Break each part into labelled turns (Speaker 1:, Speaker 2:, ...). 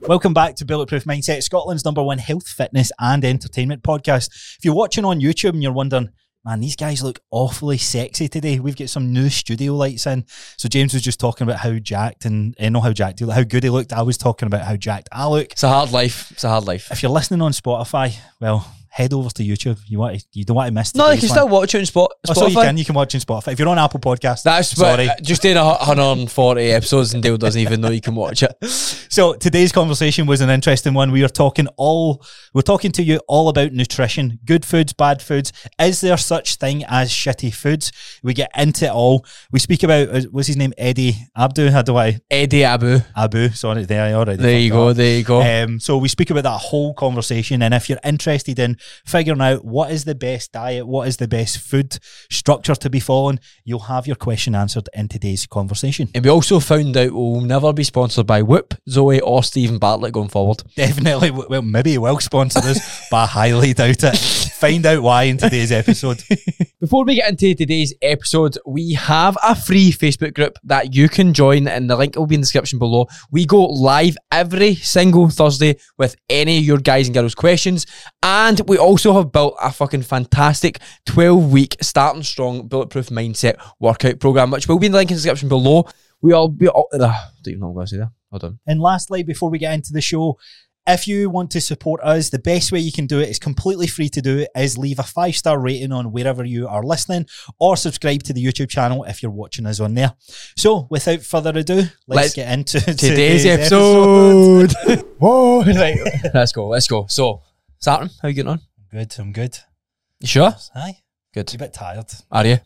Speaker 1: Welcome back to Bulletproof Mindset, Scotland's number one health, fitness, and entertainment podcast. If you're watching on YouTube and you're wondering, man, these guys look awfully sexy today. We've got some new studio lights in. So James was just talking about how jacked and eh, not how jacked he looked, how good he looked. I was talking about how jacked I look.
Speaker 2: It's a hard life. It's a hard life.
Speaker 1: If you're listening on Spotify, well, head over to YouTube. You want to, you don't want to miss.
Speaker 2: No, you
Speaker 1: today's
Speaker 2: can
Speaker 1: one.
Speaker 2: still watch it on spot, Spotify.
Speaker 1: Oh, so you can you can watch on Spotify. If you're on Apple Podcasts,
Speaker 2: That's what, uh,
Speaker 1: sorry.
Speaker 2: just doing 140 episodes and Dale doesn't even know you can watch it.
Speaker 1: So today's conversation was an interesting one. We are talking all we're talking to you all about nutrition, good foods, bad foods. Is there such thing as shitty foods? We get into it all. We speak about uh, what's his name, Eddie Abdu. How do I
Speaker 2: Eddie Abu.
Speaker 1: Abu? Sorry, there I already.
Speaker 2: There you
Speaker 1: fucked up.
Speaker 2: go. There you go.
Speaker 1: Um, so we speak about that whole conversation, and if you're interested in figuring out what is the best diet, what is the best food structure to be following, you'll have your question answered in today's conversation.
Speaker 2: and we also found out we'll never be sponsored by Whoop, Zoe, or Stephen Bartlett going forward.
Speaker 1: Definitely, w- well, maybe he will sponsor us, but I highly doubt it. Find out why in today's episode.
Speaker 2: Before we get into today's episode, we have a free Facebook group that you can join, and the link will be in the description below. We go live every single Thursday with any of your guys and girls' questions, and we also have built a fucking fantastic 12 week starting strong bulletproof mindset workout program, which will be in the link in the description below. We all be all, uh, don't even know what I'm going to say there. Hold on.
Speaker 1: And lastly, before we get into the show, if you want to support us, the best way you can do it is completely free to do it is leave a five star rating on wherever you are listening or subscribe to the YouTube channel if you're watching us on there. So, without further ado, let's,
Speaker 2: Let's-
Speaker 1: get into today's,
Speaker 2: Today's episode. Whoa! Right, let's go. Let's go. So, Saturn, how you getting on?
Speaker 1: Good, I'm good.
Speaker 2: You sure?
Speaker 1: Hi.
Speaker 2: Good.
Speaker 1: A bit tired.
Speaker 2: Are you?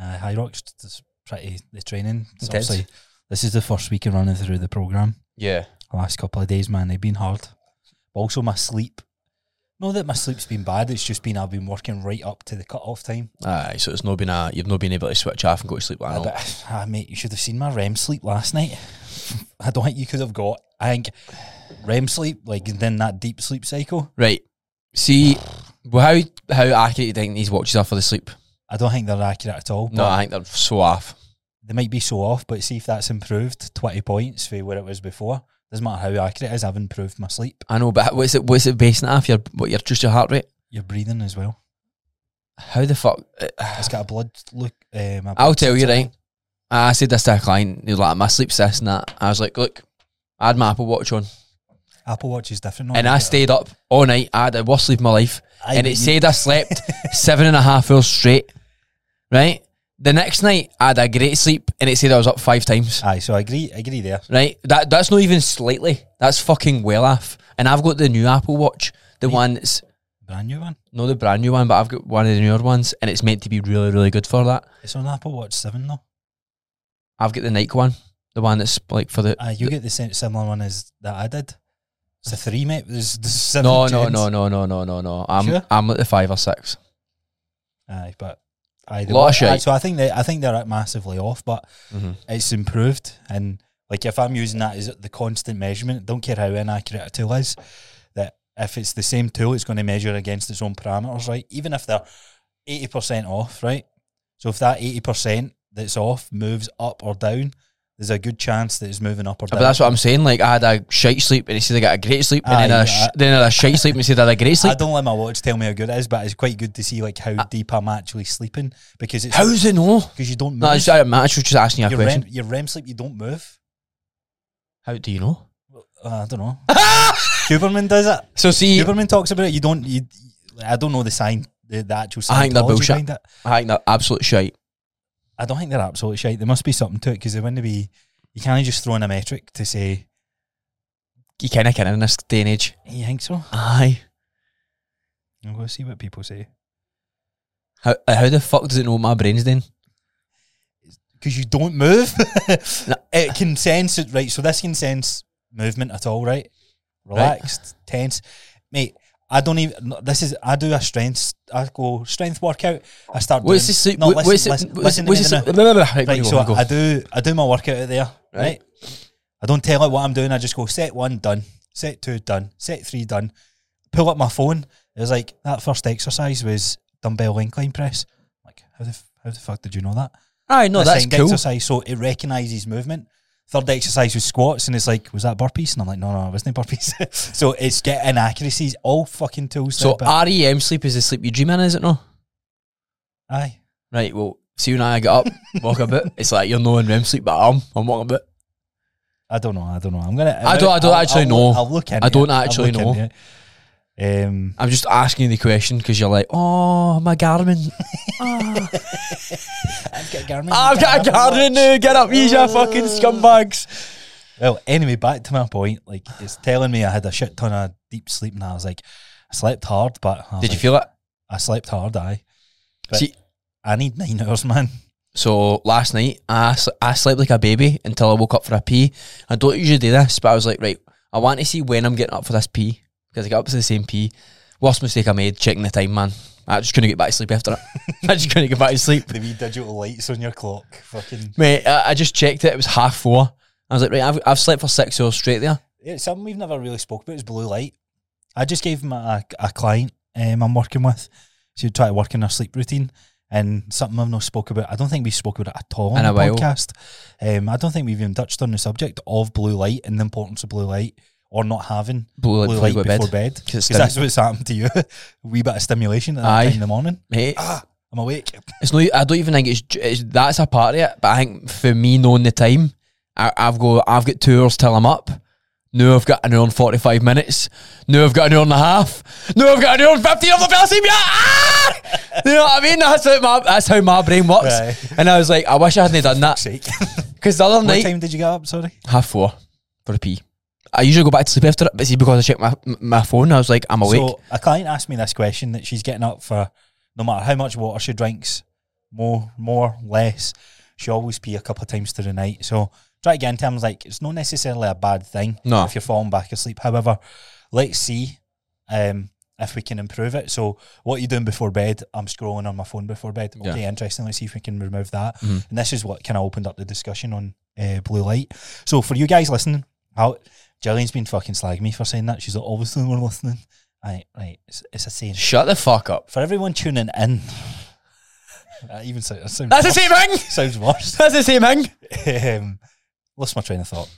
Speaker 1: Uh, High Rock's just pretty the training. It's
Speaker 2: Intense.
Speaker 1: obviously- this is the first week of running through the programme.
Speaker 2: Yeah.
Speaker 1: last couple of days, man. They've been hard. But also my sleep. Not that my sleep's been bad. It's just been I've been working right up to the cut off time.
Speaker 2: Aye, so it's not been a you've not been able to switch off and go to sleep
Speaker 1: I
Speaker 2: like that.
Speaker 1: bet, ah, mate, you should have seen my REM sleep last night. I don't think you could have got. I think REM sleep, like then that deep sleep cycle.
Speaker 2: Right. See, well, how how accurate do you think these watches are for the sleep?
Speaker 1: I don't think they're accurate at all.
Speaker 2: No,
Speaker 1: but
Speaker 2: I think they're so off.
Speaker 1: they might be so off. But see if that's improved twenty points for where it was before. Doesn't matter how accurate it is. I've improved my sleep,
Speaker 2: I know, but what's it what's it basing it off? Your what your just your heart rate?
Speaker 1: your breathing as well.
Speaker 2: How the fuck?
Speaker 1: It's got a blood look. Um, my
Speaker 2: I'll
Speaker 1: blood
Speaker 2: tell you,
Speaker 1: sensor.
Speaker 2: right. I said this to a client. He was like, "My sleep's this and that." I was like, "Look, I had my Apple Watch on,
Speaker 1: Apple Watch is different.
Speaker 2: and I stayed up all night. I had the worst sleep of my life, and it
Speaker 1: said.
Speaker 2: said I slept seven and a half hours straight. Right. The next night, I had a great sleep, and it said I was up five times.
Speaker 1: Aye, so I agree, I agree there.
Speaker 2: Right, that that's not even slightly. That's fucking well off. And I've got the new Apple Watch, the one that's
Speaker 1: Brand new one.
Speaker 2: not the brand new one, but I've got one of the newer ones, and it's meant to be really, really good for that.
Speaker 1: It's on Apple Watch 7 though.
Speaker 2: I've got the Nike one, the one that's like for the.
Speaker 1: Aye, you get the same, similar one as that I did. It's a 3, mate. There's, there's seven
Speaker 2: no, no,
Speaker 1: gens.
Speaker 2: no, no, no, no, no, no. I'm
Speaker 1: Sure?
Speaker 2: I'm at the five or six.
Speaker 1: Aye, but... Aye, the
Speaker 2: Lot of
Speaker 1: watch- aye,
Speaker 2: shite.
Speaker 1: so I think they, I think they're massively off, but
Speaker 2: Mhm.
Speaker 1: it's improved. And like if I'm using that as the constant measurement, don't care how inaccurate a tool is, that if it's the same tool, it's going to measure against its own parameters, right? Even if they're eighty percent off, right? So if that eighty percent that's off moves up or down, there's a good chance that it's moving up or
Speaker 2: But
Speaker 1: down.
Speaker 2: that's what I'm saying. Like I had a shite sleep, and it said I got a great sleep, and then
Speaker 1: Aye,
Speaker 2: I had a
Speaker 1: yeah.
Speaker 2: sh- then I had a shite sleep, and it said I had a great
Speaker 1: I
Speaker 2: sleep.
Speaker 1: don't let my watch tell me how good it is, but it's quite good to see like
Speaker 2: Uh,
Speaker 1: how deep I'm actually sleeping because it's
Speaker 2: How's it no?
Speaker 1: because you don't move.
Speaker 2: No, I just, I'm actually just asking you a
Speaker 1: your,
Speaker 2: question.
Speaker 1: REM, your REM sleep, you don't move.
Speaker 2: How do you know?
Speaker 1: Uh, I don't know. Huberman does it.
Speaker 2: So see,
Speaker 1: Huberman talks about it. You don't. You, I don't know the sign, the, the actual
Speaker 2: I think they're
Speaker 1: Scientology
Speaker 2: bullshit.
Speaker 1: behind it.
Speaker 2: I think that absolute shite.
Speaker 1: I don't think they're absolute shite. There must be something to it because they wouldn't be. You can't just throw in a metric to say
Speaker 2: You kind of can in this day and age.
Speaker 1: you think so.
Speaker 2: Aye.
Speaker 1: I'm going to see what people say
Speaker 2: How, uh, how the fuck does it know what my brain's doing?
Speaker 1: because you don't move.
Speaker 2: No.
Speaker 1: It can sense it right. So this can sense movement at all, right? Relaxed, tense, mate. I don't even. no, This is. I do a strength. I go strength workout. I start.
Speaker 2: What's
Speaker 1: doing,
Speaker 2: the sleep?
Speaker 1: No,
Speaker 2: what-
Speaker 1: listen,
Speaker 2: what's the-
Speaker 1: listen,
Speaker 2: what's-
Speaker 1: listen to
Speaker 2: what's
Speaker 1: me
Speaker 2: the
Speaker 1: now.
Speaker 2: sleep- blah, blah, blah. Right,
Speaker 1: Right,
Speaker 2: go,
Speaker 1: so
Speaker 2: go.
Speaker 1: I do I do my workout out there, right?
Speaker 2: Right.
Speaker 1: I don't tell it what I'm doing. I just go set one done, set two done, set three done. Pull up my phone. It was like that first exercise was dumbbell incline press. Like how the f- how the fuck did you know that?
Speaker 2: Aye, no,
Speaker 1: The
Speaker 2: that's
Speaker 1: second
Speaker 2: cool.
Speaker 1: Exercise, so it recognizes movement. third exercise was squats, and it's like, was that burpees? And I'm like, no, no, it wasn't burpees. so it's get inaccuracies, all fucking tools.
Speaker 2: So
Speaker 1: that bit.
Speaker 2: REM sleep is the sleep you dream in, is it not?
Speaker 1: aye,
Speaker 2: Right, well, see when I get up, walk a bit, it's like you're no in REM sleep, but I'm, I'm walking a bit.
Speaker 1: I don't know, I don't know. I'm gonna.
Speaker 2: I don't- I
Speaker 1: I'll-
Speaker 2: don't actually
Speaker 1: I'll
Speaker 2: know.
Speaker 1: Look, I'll look into
Speaker 2: I don't
Speaker 1: it. I'll
Speaker 2: actually
Speaker 1: look
Speaker 2: know.
Speaker 1: into it. Um,
Speaker 2: I'm just asking you the question because you're like, oh, my Garmin. Ah.
Speaker 1: I've got a Garmin.
Speaker 2: I've got a Garmin now, get up, you fucking scumbags.
Speaker 1: Well, anyway, back to my point. Like, it's telling me I had a shit ton of deep sleep, and I was like, I slept hard, but I was
Speaker 2: Did you
Speaker 1: like,
Speaker 2: feel it?
Speaker 1: I slept hard. Aye, But-
Speaker 2: See,
Speaker 1: I need nine hours, man.
Speaker 2: So last night, I, sl- I slept like a baby until I woke up for a pee. I don't usually do this, but I was like, right, I want to see when I'm getting up for this pee because I got up to the same pee. Worst mistake I made, checking the time, man. I just couldn't get back to sleep after it. I just couldn't get back to sleep.
Speaker 1: The wee digital lights on your clock, fucking.
Speaker 2: Mate, I, I just checked it. It was half four. I was like, right, I've, I've slept for six hours straight there.
Speaker 1: It's something we've never really spoke about is blue light. I just gave my a, a client um, I'm working with. She would try to work in her sleep routine, and something I've not spoke about. I don't think we spoke about it at all on
Speaker 2: In
Speaker 1: the
Speaker 2: a while.
Speaker 1: podcast. Um, I don't think we've even touched on the subject of blue light and the importance of blue light or not having
Speaker 2: Blue light
Speaker 1: blue
Speaker 2: before
Speaker 1: light
Speaker 2: you go to
Speaker 1: before
Speaker 2: bed.
Speaker 1: bed.
Speaker 2: 'Cause it's
Speaker 1: Because that's what's happened to you. A wee bit of stimulation at that
Speaker 2: Aye.
Speaker 1: time in the morning.
Speaker 2: Mate,
Speaker 1: Ah, I'm awake.
Speaker 2: it's no. I don't even think it's, j- it's that's a part of it. But I think for me knowing the time, I, I've go. I've got two hours till I'm up. Now I've got an hour and forty five minutes. Now I've got an hour and a half. Now I've got an hour and fifty of the first time. Yeah, ah! you know what I mean. That's how my that's how my brain works.
Speaker 1: Aye.
Speaker 2: And I was like, I wish I hadn't done that
Speaker 1: Sake.
Speaker 2: because the other
Speaker 1: what
Speaker 2: night
Speaker 1: time did you get up? Sorry.
Speaker 2: half four for a pee. I usually go back to sleep after it, but see because I checked my my phone, I was like, I'm awake.
Speaker 1: So a client asked me this question that she's getting up for no matter how much water she drinks, more, more, less, she always pee a couple of times through the night. So try to get into him. I was like, it's not necessarily a bad thing
Speaker 2: No.
Speaker 1: if you're falling back asleep. However, let's see um, if we can improve it. So what are you doing before bed? I'm scrolling on my phone before bed.
Speaker 2: Yeah.
Speaker 1: Okay, interesting. Let's see if we can remove that.
Speaker 2: Mhm.
Speaker 1: And this is what kind of opened up the discussion on uh, blue light. So for you guys listening, how Jillian's been fucking slagging me for saying that. She's like, obviously we're listening. Right, right. It's, it's a saying.
Speaker 2: Shut the fuck up.
Speaker 1: For everyone tuning in, that even so, that sounds
Speaker 2: That's the
Speaker 1: worse.
Speaker 2: same thing.
Speaker 1: sounds worse.
Speaker 2: That's the same thing.
Speaker 1: um, lost my train of thought.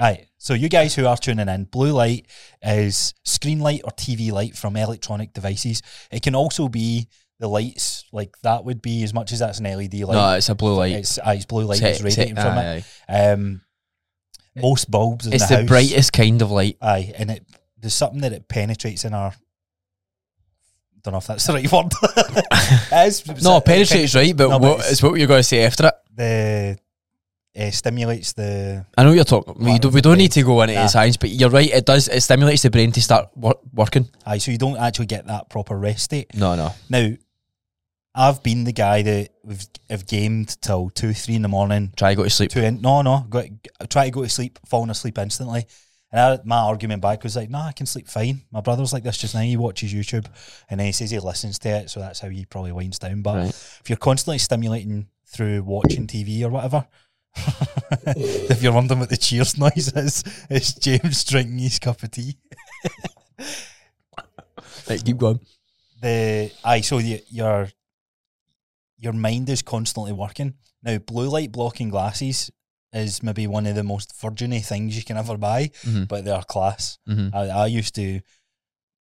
Speaker 1: Right, so you guys who are tuning in, blue light is screen light or TV light from electronic devices. It can also be the lights, like that would be as much as that's an LED light.
Speaker 2: No, it's a blue light.
Speaker 1: It's, aye, it's blue light
Speaker 2: Te-
Speaker 1: that's radiating
Speaker 2: te-
Speaker 1: from
Speaker 2: aye,
Speaker 1: it.
Speaker 2: aye.
Speaker 1: Um, most bulbs in
Speaker 2: It's
Speaker 1: the,
Speaker 2: the,
Speaker 1: house,
Speaker 2: brightest kind of light.
Speaker 1: Aye, and it there's something that it penetrates in our. Don't know if that's the right word. It is-
Speaker 2: No, penetrates right, but,
Speaker 1: No, but
Speaker 2: what,
Speaker 1: it's-
Speaker 2: it's what you're going to say after it.
Speaker 1: The uh, stimulates the
Speaker 2: I know what you're talking. We
Speaker 1: Part
Speaker 2: don't,
Speaker 1: of
Speaker 2: we
Speaker 1: the
Speaker 2: don't
Speaker 1: brain.
Speaker 2: need to go into
Speaker 1: Nah.
Speaker 2: the science, but you're right. It does. It stimulates the brain to start wor- working.
Speaker 1: aye, so you don't actually get that proper rest state.
Speaker 2: No, no.
Speaker 1: Now, I've been the guy that we've have gamed till two, three in the morning.
Speaker 2: Try to go to sleep.
Speaker 1: Two in, no, no, go, try to go to sleep, falling asleep instantly. And I, my argument back was like, nah, I can sleep fine. My brother's like this just now. He watches YouTube, and then he says he listens to it, so that's how he probably winds down. But
Speaker 2: Right.
Speaker 1: if you're constantly stimulating through watching TV or whatever, if you're wondering what the cheers noise is, it's James drinking his cup of tea.
Speaker 2: Right, keep going.
Speaker 1: the aye, so you, your your mind is constantly working. Now, blue light blocking glasses is maybe one of the most virginy things you can ever buy,
Speaker 2: Mhm.
Speaker 1: but they are class.
Speaker 2: Mhm.
Speaker 1: I, I used to.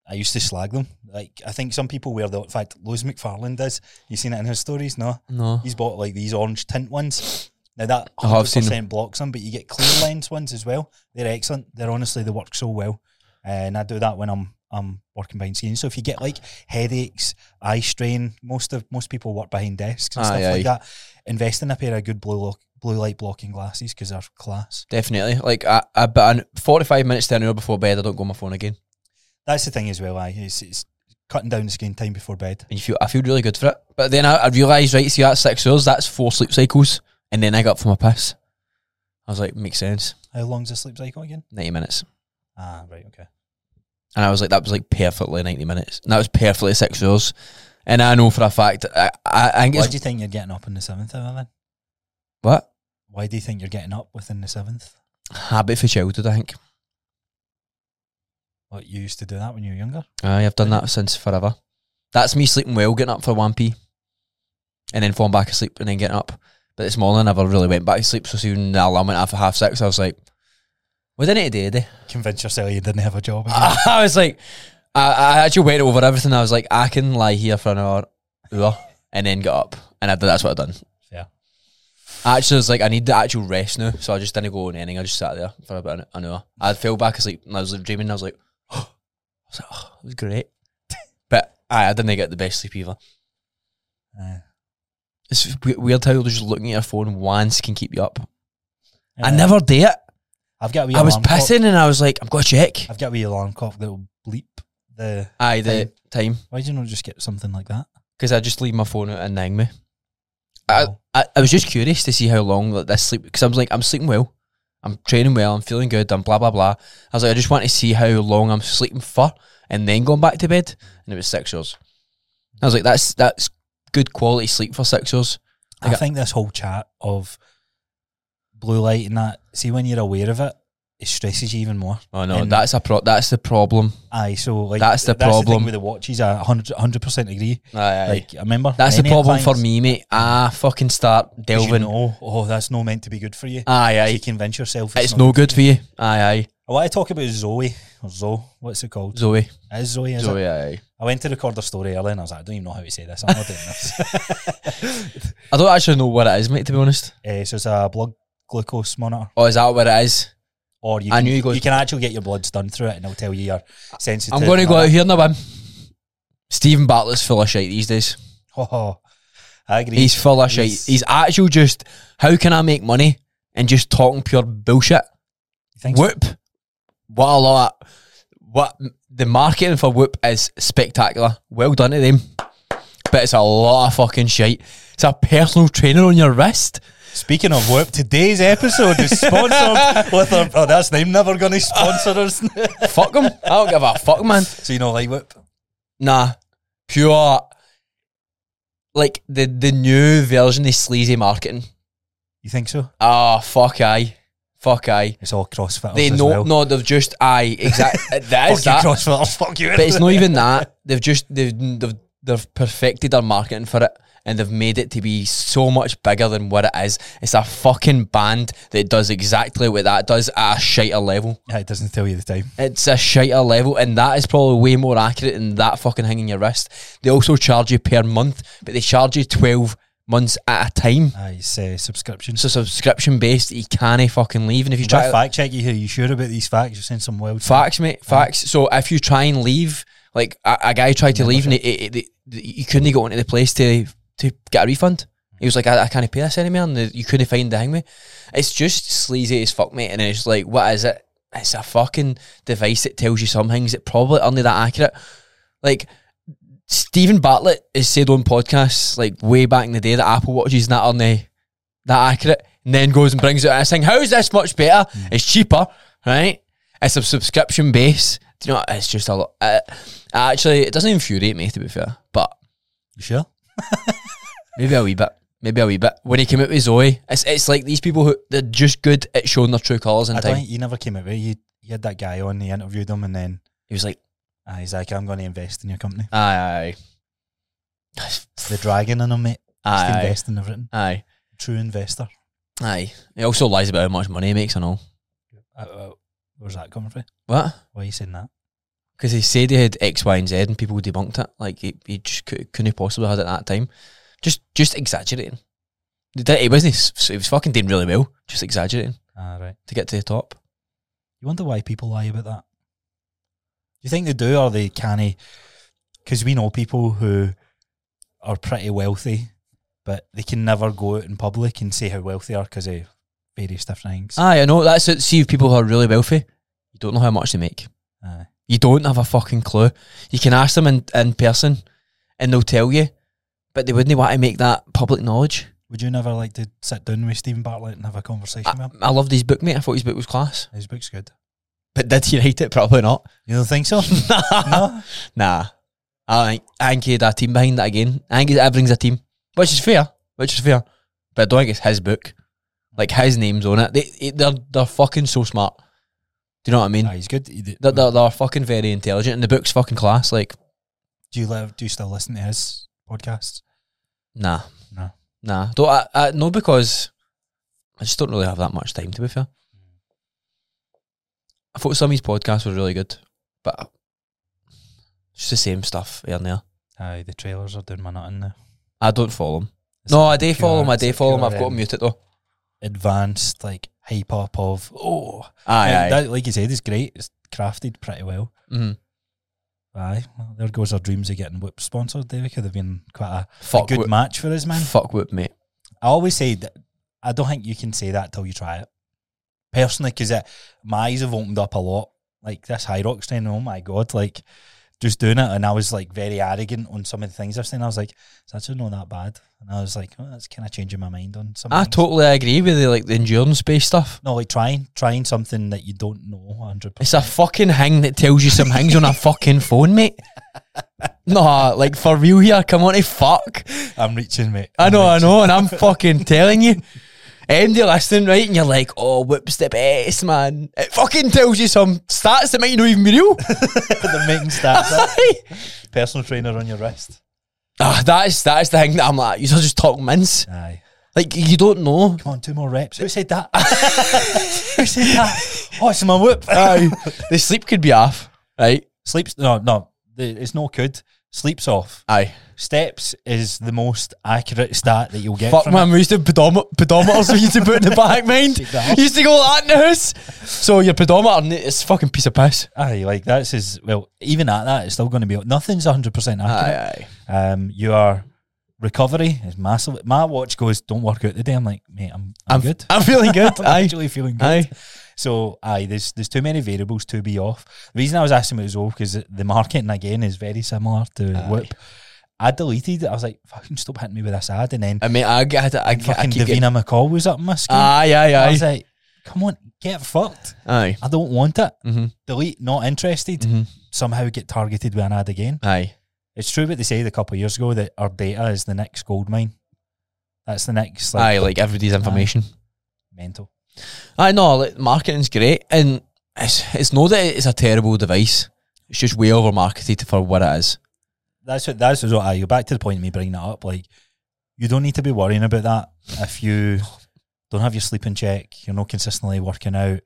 Speaker 1: I used to slag them. Like I think some people wear the. In fact, Lois McFarland does. You seen it in his stories? No,
Speaker 2: No.
Speaker 1: he's bought like these orange tint ones. Now that
Speaker 2: I have seen
Speaker 1: 100% blocks them, but you get clear lens ones as well. They're excellent. They're honestly they work so well, Uh, and I do that when I'm I'm working behind screens. So if you get like headaches, eye strain, most of most people work behind desks and
Speaker 2: Aye,
Speaker 1: stuff
Speaker 2: aye.
Speaker 1: like that. Invest in a pair of good blue lock, blue light blocking glasses because they're class.
Speaker 2: Definitely. Like, I, I, but an- 45 minutes to an hour before bed, I don't go on my phone again.
Speaker 1: That's the thing as well. Aye, it's, it's cutting down the screen time before bed.
Speaker 2: And you feel, I feel really good for it. But then I, I realised, right, see, that's six hours, that's four sleep cycles. And then I got up for my piss. I was like, makes sense.
Speaker 1: How long's the sleep cycle again?
Speaker 2: 90 minutes.
Speaker 1: Ah, right, okay.
Speaker 2: And I was like, that was like perfectly 90 minutes. And that was perfectly six hours. And I know for a fact, I, I, I think
Speaker 1: Why
Speaker 2: it's.
Speaker 1: do you think you're getting up on the seventh hour then?
Speaker 2: What?
Speaker 1: Why do you think you're getting up within the seventh?
Speaker 2: Habit for childhood, I think.
Speaker 1: What you used to do that when you were younger?
Speaker 2: Aye, I've done that since forever. That's me sleeping well, getting up for 1p, and then falling back asleep and then getting up. But this morning I never really went back to sleep. So soon the alarm went off at half six. I was like, "What did I do today?"
Speaker 1: Convince yourself you didn't have a job again.
Speaker 2: I was like, I, I actually went over everything. I was like, I can lie here for an hour, hour and then get up. And I, that's what I've done.
Speaker 1: Yeah.
Speaker 2: I actually was like, I need the actual rest now. So I just didn't go on anything. I just sat there for about an, an hour. I fell back asleep and I was like, dreaming. And I was like, I was like, oh, it was great. But I, I didn't get the best sleep either.
Speaker 1: Aye.
Speaker 2: It's w- weird how just looking at your phone once can keep you up. I
Speaker 1: Yeah.
Speaker 2: never do it.
Speaker 1: Uh, I've got a wee
Speaker 2: I was
Speaker 1: alarm clock-
Speaker 2: pissing and I was like, I've got to check.
Speaker 1: I've got a wee alarm clock that'll bleep the.
Speaker 2: Aye, the time.
Speaker 1: Why do you not just get something like that?
Speaker 2: because I just leave my phone out and nang me.
Speaker 1: Oh,
Speaker 2: I, I was just curious to see how long like, this sleep because I'm like I'm sleeping well, I'm training well, I'm feeling good, I'm blah blah blah. I was like I just want to see how long I'm sleeping for and then going back to bed, and it was six hours. I was like that's that's good quality sleep for six hours.
Speaker 1: I
Speaker 2: Like,
Speaker 1: think this whole chat of blue light and that, see, when you're aware of it, it stresses you even more.
Speaker 2: Oh no,
Speaker 1: And-
Speaker 2: that's a pro. That's the problem.
Speaker 1: Aye, so like
Speaker 2: That's the problem.
Speaker 1: thing with the watches. I 100 percent agree. Like I remember
Speaker 2: that's the
Speaker 1: many a
Speaker 2: problem for
Speaker 1: clients-
Speaker 2: me, mate. I fucking start
Speaker 1: 'cause
Speaker 2: delving.
Speaker 1: You know, oh, that's no meant to be good for you.
Speaker 2: Aye,
Speaker 1: So you
Speaker 2: aye.
Speaker 1: convince yourself
Speaker 2: It's no good for you. Aye, aye.
Speaker 1: I want to talk about Zoe or Zoe. What's it called?
Speaker 2: Zoe,
Speaker 1: It Is Zoe? Is It?
Speaker 2: Zoe, aye. aye.
Speaker 1: I went to record a story earlier and I was like, I don't even know how to say this. I'm not doing this.
Speaker 2: I don't actually know what it is, mate. To be honest.
Speaker 1: Eh, so it's a blood glucose monitor,
Speaker 2: Oh, is that what it is?
Speaker 1: or you
Speaker 2: I
Speaker 1: can,
Speaker 2: knew you go-
Speaker 1: you can actually get your bloods done through it, and it'll tell you your sensitive.
Speaker 2: I'm going to
Speaker 1: and
Speaker 2: go
Speaker 1: all
Speaker 2: out
Speaker 1: that.
Speaker 2: here now, man. Stephen Bartlett's full of shit these days.
Speaker 1: Ho, ho. Oh, I agree.
Speaker 2: He's full of shit.
Speaker 1: He's-
Speaker 2: He's actual just, how can I make money? And just talking pure bullshit.
Speaker 1: You think so?
Speaker 2: Whoop. What a lot. What the marketing for Whoop is spectacular. Well done to them. But it's a lot of fucking shit. It's a personal trainer on your wrist.
Speaker 1: Speaking of work, today's episode is sponsored with a. Oh, that's them never going to sponsor us.
Speaker 2: fuck them. I don't give a fuck, man.
Speaker 1: so you know, like whip.
Speaker 2: Nah, pure like the the new version of sleazy marketing.
Speaker 1: You think so?
Speaker 2: Ah, fuck aye. Fuck aye.
Speaker 1: It's all CrossFitters
Speaker 2: They
Speaker 1: as
Speaker 2: know,
Speaker 1: well.
Speaker 2: no, they've just, aye, exactly. that
Speaker 1: fuck
Speaker 2: is
Speaker 1: you,
Speaker 2: that.
Speaker 1: CrossFitters. Fuck you.
Speaker 2: But it's not even that. They've just, they've, they've, they've perfected their marketing for it and they've made it to be so much bigger than what it is. It's a fucking band that does exactly what that does at a shiter level.
Speaker 1: Yeah, it doesn't tell you the time.
Speaker 2: It's a shiter level, and that is probably way more accurate than that fucking hanging your wrist. They also charge you per month, but they charge you 12 months at a time.
Speaker 1: Aye, it's uh, subscriptions.
Speaker 2: So subscription based, you can't fucking leave. And if you
Speaker 1: Try
Speaker 2: try
Speaker 1: to
Speaker 2: to,
Speaker 1: fact check you here. You sure about these facts? You're saying some wild
Speaker 2: facts, mate, facts. So if you try and leave, like a, a guy tried to leave and he, he, he, he couldn't go into the place to to get a refund. He was like, I, I can't pay this anymore, and the, you couldn't find the hangman. It's just sleazy as fuck, mate. And it's like, what is it? It's a fucking device that tells you some things that probably aren't that accurate. Like Stephen Bartlett has said on podcasts, like way back in the day, that Apple watches that aren't they that accurate, and then goes and brings out this thing. How's this much better? It's cheaper, right? It's a subscription base. Do you know? It's just a lot. Uh, actually, it doesn't infuriate me to be fair, but
Speaker 1: You sure?
Speaker 2: maybe a wee bit. Maybe a wee bit. When he came out with Zoe, it's it's like these people who they're just good at showing their true colours in
Speaker 1: I don't
Speaker 2: time.
Speaker 1: think you never came out with it. You, you had that guy on, he interviewed him, and then
Speaker 2: He was like,
Speaker 1: aye, he's like, I'm going to invest in your company.
Speaker 2: aye, aye,
Speaker 1: The dragon in him, mate. Just
Speaker 2: aye,
Speaker 1: invest in everything.
Speaker 2: aye,
Speaker 1: True investor.
Speaker 2: aye. He also lies about how much money he makes and all.
Speaker 1: Uh, uh, where's that coming from?
Speaker 2: What?
Speaker 1: Why are you saying that?
Speaker 2: Because he said he had X, Y, and Z, and people debunked it. Like he, he just cou- couldn't have possibly had it at that time. Just, just exaggerating. He did- He wasn't. s- He was fucking doing really well. Just exaggerating
Speaker 1: Ah, right.
Speaker 2: to get to the top.
Speaker 1: You wonder why people lie about that. Do you think they do, or they canny? Because we know people who are pretty wealthy, but they can never go out in public and say how wealthy they are because of various different things.
Speaker 2: Aye, I know. Ah, That's it. See, people who are really wealthy, you don't know how much they make.
Speaker 1: Aye.
Speaker 2: You don't have a fucking clue. You can ask them in, in person, and they'll tell you, but they wouldn't want to make that public knowledge.
Speaker 1: Would you never like to sit down with Stephen Bartlett and have a conversation
Speaker 2: I,
Speaker 1: with him?
Speaker 2: I loved his book, mate. I thought his book was class.
Speaker 1: His book's good.
Speaker 2: But did he write it? Probably not.
Speaker 1: You don't think so? no.
Speaker 2: Nah. I think, I think he had a team behind that again. I think it brings a team, which is fair, which is fair. But I don't think it's his book. Like his name's on it. They, they- they're they're fucking so smart. Do you know what I mean?
Speaker 1: Nah, he's good. He d-
Speaker 2: They're, they're, they're fucking very intelligent, and the book's fucking class. Like
Speaker 1: Do you live, do you still listen to his podcasts?
Speaker 2: nah,
Speaker 1: No.
Speaker 2: Nah, don't. I, I, no, because I just don't really have that much time. To be fair, I thought some of these podcasts were really good, but it's just the same stuff here and there.
Speaker 1: Aye, the trailers are doing my nut in now.
Speaker 2: I don't follow them.
Speaker 1: It's
Speaker 2: no, I
Speaker 1: like
Speaker 2: do
Speaker 1: a
Speaker 2: follow them.
Speaker 1: pure-
Speaker 2: I
Speaker 1: it's
Speaker 2: do
Speaker 1: a
Speaker 2: follow them.
Speaker 1: pure,
Speaker 2: I've got
Speaker 1: um,
Speaker 2: them muted though.
Speaker 1: Advanced, like, hype up of, oh,
Speaker 2: Aye,
Speaker 1: Yeah,
Speaker 2: aye.
Speaker 1: That, like you said, is great. It's crafted pretty well.
Speaker 2: Mhm.
Speaker 1: Aye, well, there goes our dreams of getting whip sponsored. There, we could have been quite a, a
Speaker 2: Fuck
Speaker 1: good
Speaker 2: whoop,
Speaker 1: match for us, man.
Speaker 2: fuck whoop, mate.
Speaker 1: I always say that I don't think you can say that till you try it. Personally, because my eyes have opened up a lot. Like this high rock thing, oh my god! Like just doing it, and I was like very arrogant on some of the things I've seen. I was like, it's actually not that bad, and I was like, oh, that's kind of changing my mind on some.
Speaker 2: I
Speaker 1: things.
Speaker 2: totally agree with you, like the endurance based stuff.
Speaker 1: no, like trying trying something that you don't know hundred percent.
Speaker 2: It's a fucking hang that tells you some things on a fucking phone, mate. Nah, like for real here, come on to fuck.
Speaker 1: I'm reaching, mate.
Speaker 2: I know, I know, and I'm fucking telling you. And you're listening, right? And you're like, oh, whoops, the best, man. It fucking tells you some stats that might not even be real.
Speaker 1: the making stats. up. personal trainer on your wrist.
Speaker 2: ah, that's that's the thing that I'm like, you're just talking mince.
Speaker 1: Aye.
Speaker 2: Like, you don't know.
Speaker 1: Come on, two more reps. Who said that? Who said that? Oh, it's my whip.
Speaker 2: Aye. the sleep could be off, right?
Speaker 1: Sleeps no, no. The, it's no good. Sleeps off.
Speaker 2: Aye.
Speaker 1: Steps is the most accurate stat that you'll get.
Speaker 2: Fuck
Speaker 1: from
Speaker 2: man, we used to have pedom- pedometers we used to put in the back mind.
Speaker 1: Take that off.
Speaker 2: You used to go like that in the house. So your pedometer n- it's a fucking piece of piss.
Speaker 1: It. Aye, like that's as well. Even at that, it's still going to be nothing's hundred percent accurate.
Speaker 2: aye.
Speaker 1: Um, your recovery is massive. My watch goes, don't work out today. I'm like, mate, I'm I'm,
Speaker 2: I'm
Speaker 1: good.
Speaker 2: I'm feeling good.
Speaker 1: I'm
Speaker 2: aye.
Speaker 1: actually feeling good.
Speaker 2: Aye.
Speaker 1: So aye, there's there's too many variables to be off. The reason I was asking about Zoe because the marketing again is very similar to
Speaker 2: Aye.
Speaker 1: Whoop. I deleted it. I was like, fucking stop hitting me with this ad, and then
Speaker 2: I mean, I get, I, I, I
Speaker 1: fucking
Speaker 2: keep getting,
Speaker 1: Davina McCall was up my screen.
Speaker 2: aye,
Speaker 1: I
Speaker 2: aye, aye,
Speaker 1: was like, come on, get fucked.
Speaker 2: aye,
Speaker 1: I don't want it.
Speaker 2: Mhm.
Speaker 1: Delete. Not interested.
Speaker 2: Mhm.
Speaker 1: Somehow get targeted with an ad again.
Speaker 2: aye.
Speaker 1: It's true what they said a couple of years ago that our data is the next gold mine. That's the next like
Speaker 2: aye, like everybody's information.
Speaker 1: mental.
Speaker 2: I know, like, marketing's great, and it's it's not that it's a terrible device. It's just way over marketed for what it is.
Speaker 1: that's what that's what I go back to the point of me bringing that up. Like, you don't need to be worrying about that if you don't have your sleep in check, you're not consistently working out,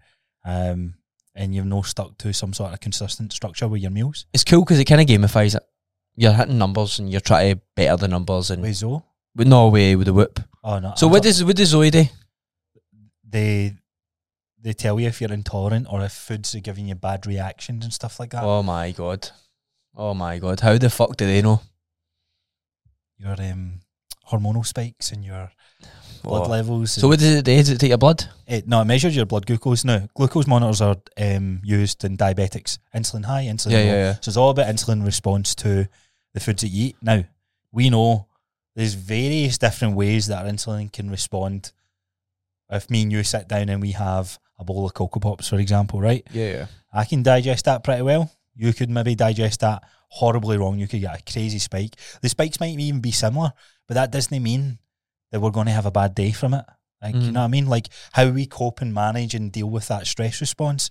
Speaker 1: um, and you've no stuck to some sort of consistent structure with your meals.
Speaker 2: It's cool because it kind of gamifies it. You're hitting numbers and you're trying to better the numbers, and
Speaker 1: With Zoe,
Speaker 2: with no way with the whip.
Speaker 1: oh no.
Speaker 2: Mm. So
Speaker 1: I'm
Speaker 2: what
Speaker 1: talk-
Speaker 2: does what does Zoe do?
Speaker 1: they they tell you if you're intolerant or if foods are giving you bad reactions and stuff like that?
Speaker 2: Oh my god. Oh my god. How the fuck do they know?
Speaker 1: Your um, hormonal spikes and your blood
Speaker 2: Oh.
Speaker 1: levels.
Speaker 2: So what does it do? Does it take your blood?
Speaker 1: It, no, it measures your blood glucose. Now, glucose monitors are um, used in diabetics. Insulin high, insulin
Speaker 2: Yeah,
Speaker 1: low.
Speaker 2: yeah, yeah.
Speaker 1: So it's all about insulin response to the foods that you eat. Now, we know there's various different ways that our insulin can respond. If me and you sit down and we have a bowl of Cocoa Pops, for example, right?
Speaker 2: Yeah, yeah.
Speaker 1: I can digest that pretty well. You could maybe digest that horribly wrong. You could get a crazy spike. The spikes might even be similar, but that doesn't mean that we're going to have a bad day from it. Like, you
Speaker 2: Mm.
Speaker 1: know what I mean? Like, how we cope and manage and deal with that stress response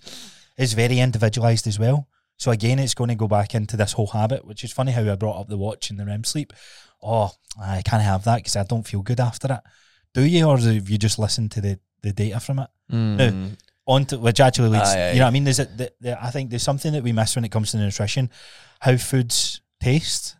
Speaker 1: is very individualized as well. So, again, it's going to go back into this whole habit, which is funny how I brought up the watch and the REM sleep. Oh, I can't have that because I don't feel good after it. Do you, or have you just listened to the, the data from it?
Speaker 2: Mm.
Speaker 1: onto which actually leads.
Speaker 2: Aye, aye.
Speaker 1: You know what I mean? There's a, the, the, I think there's something that we miss when it comes to nutrition. How foods taste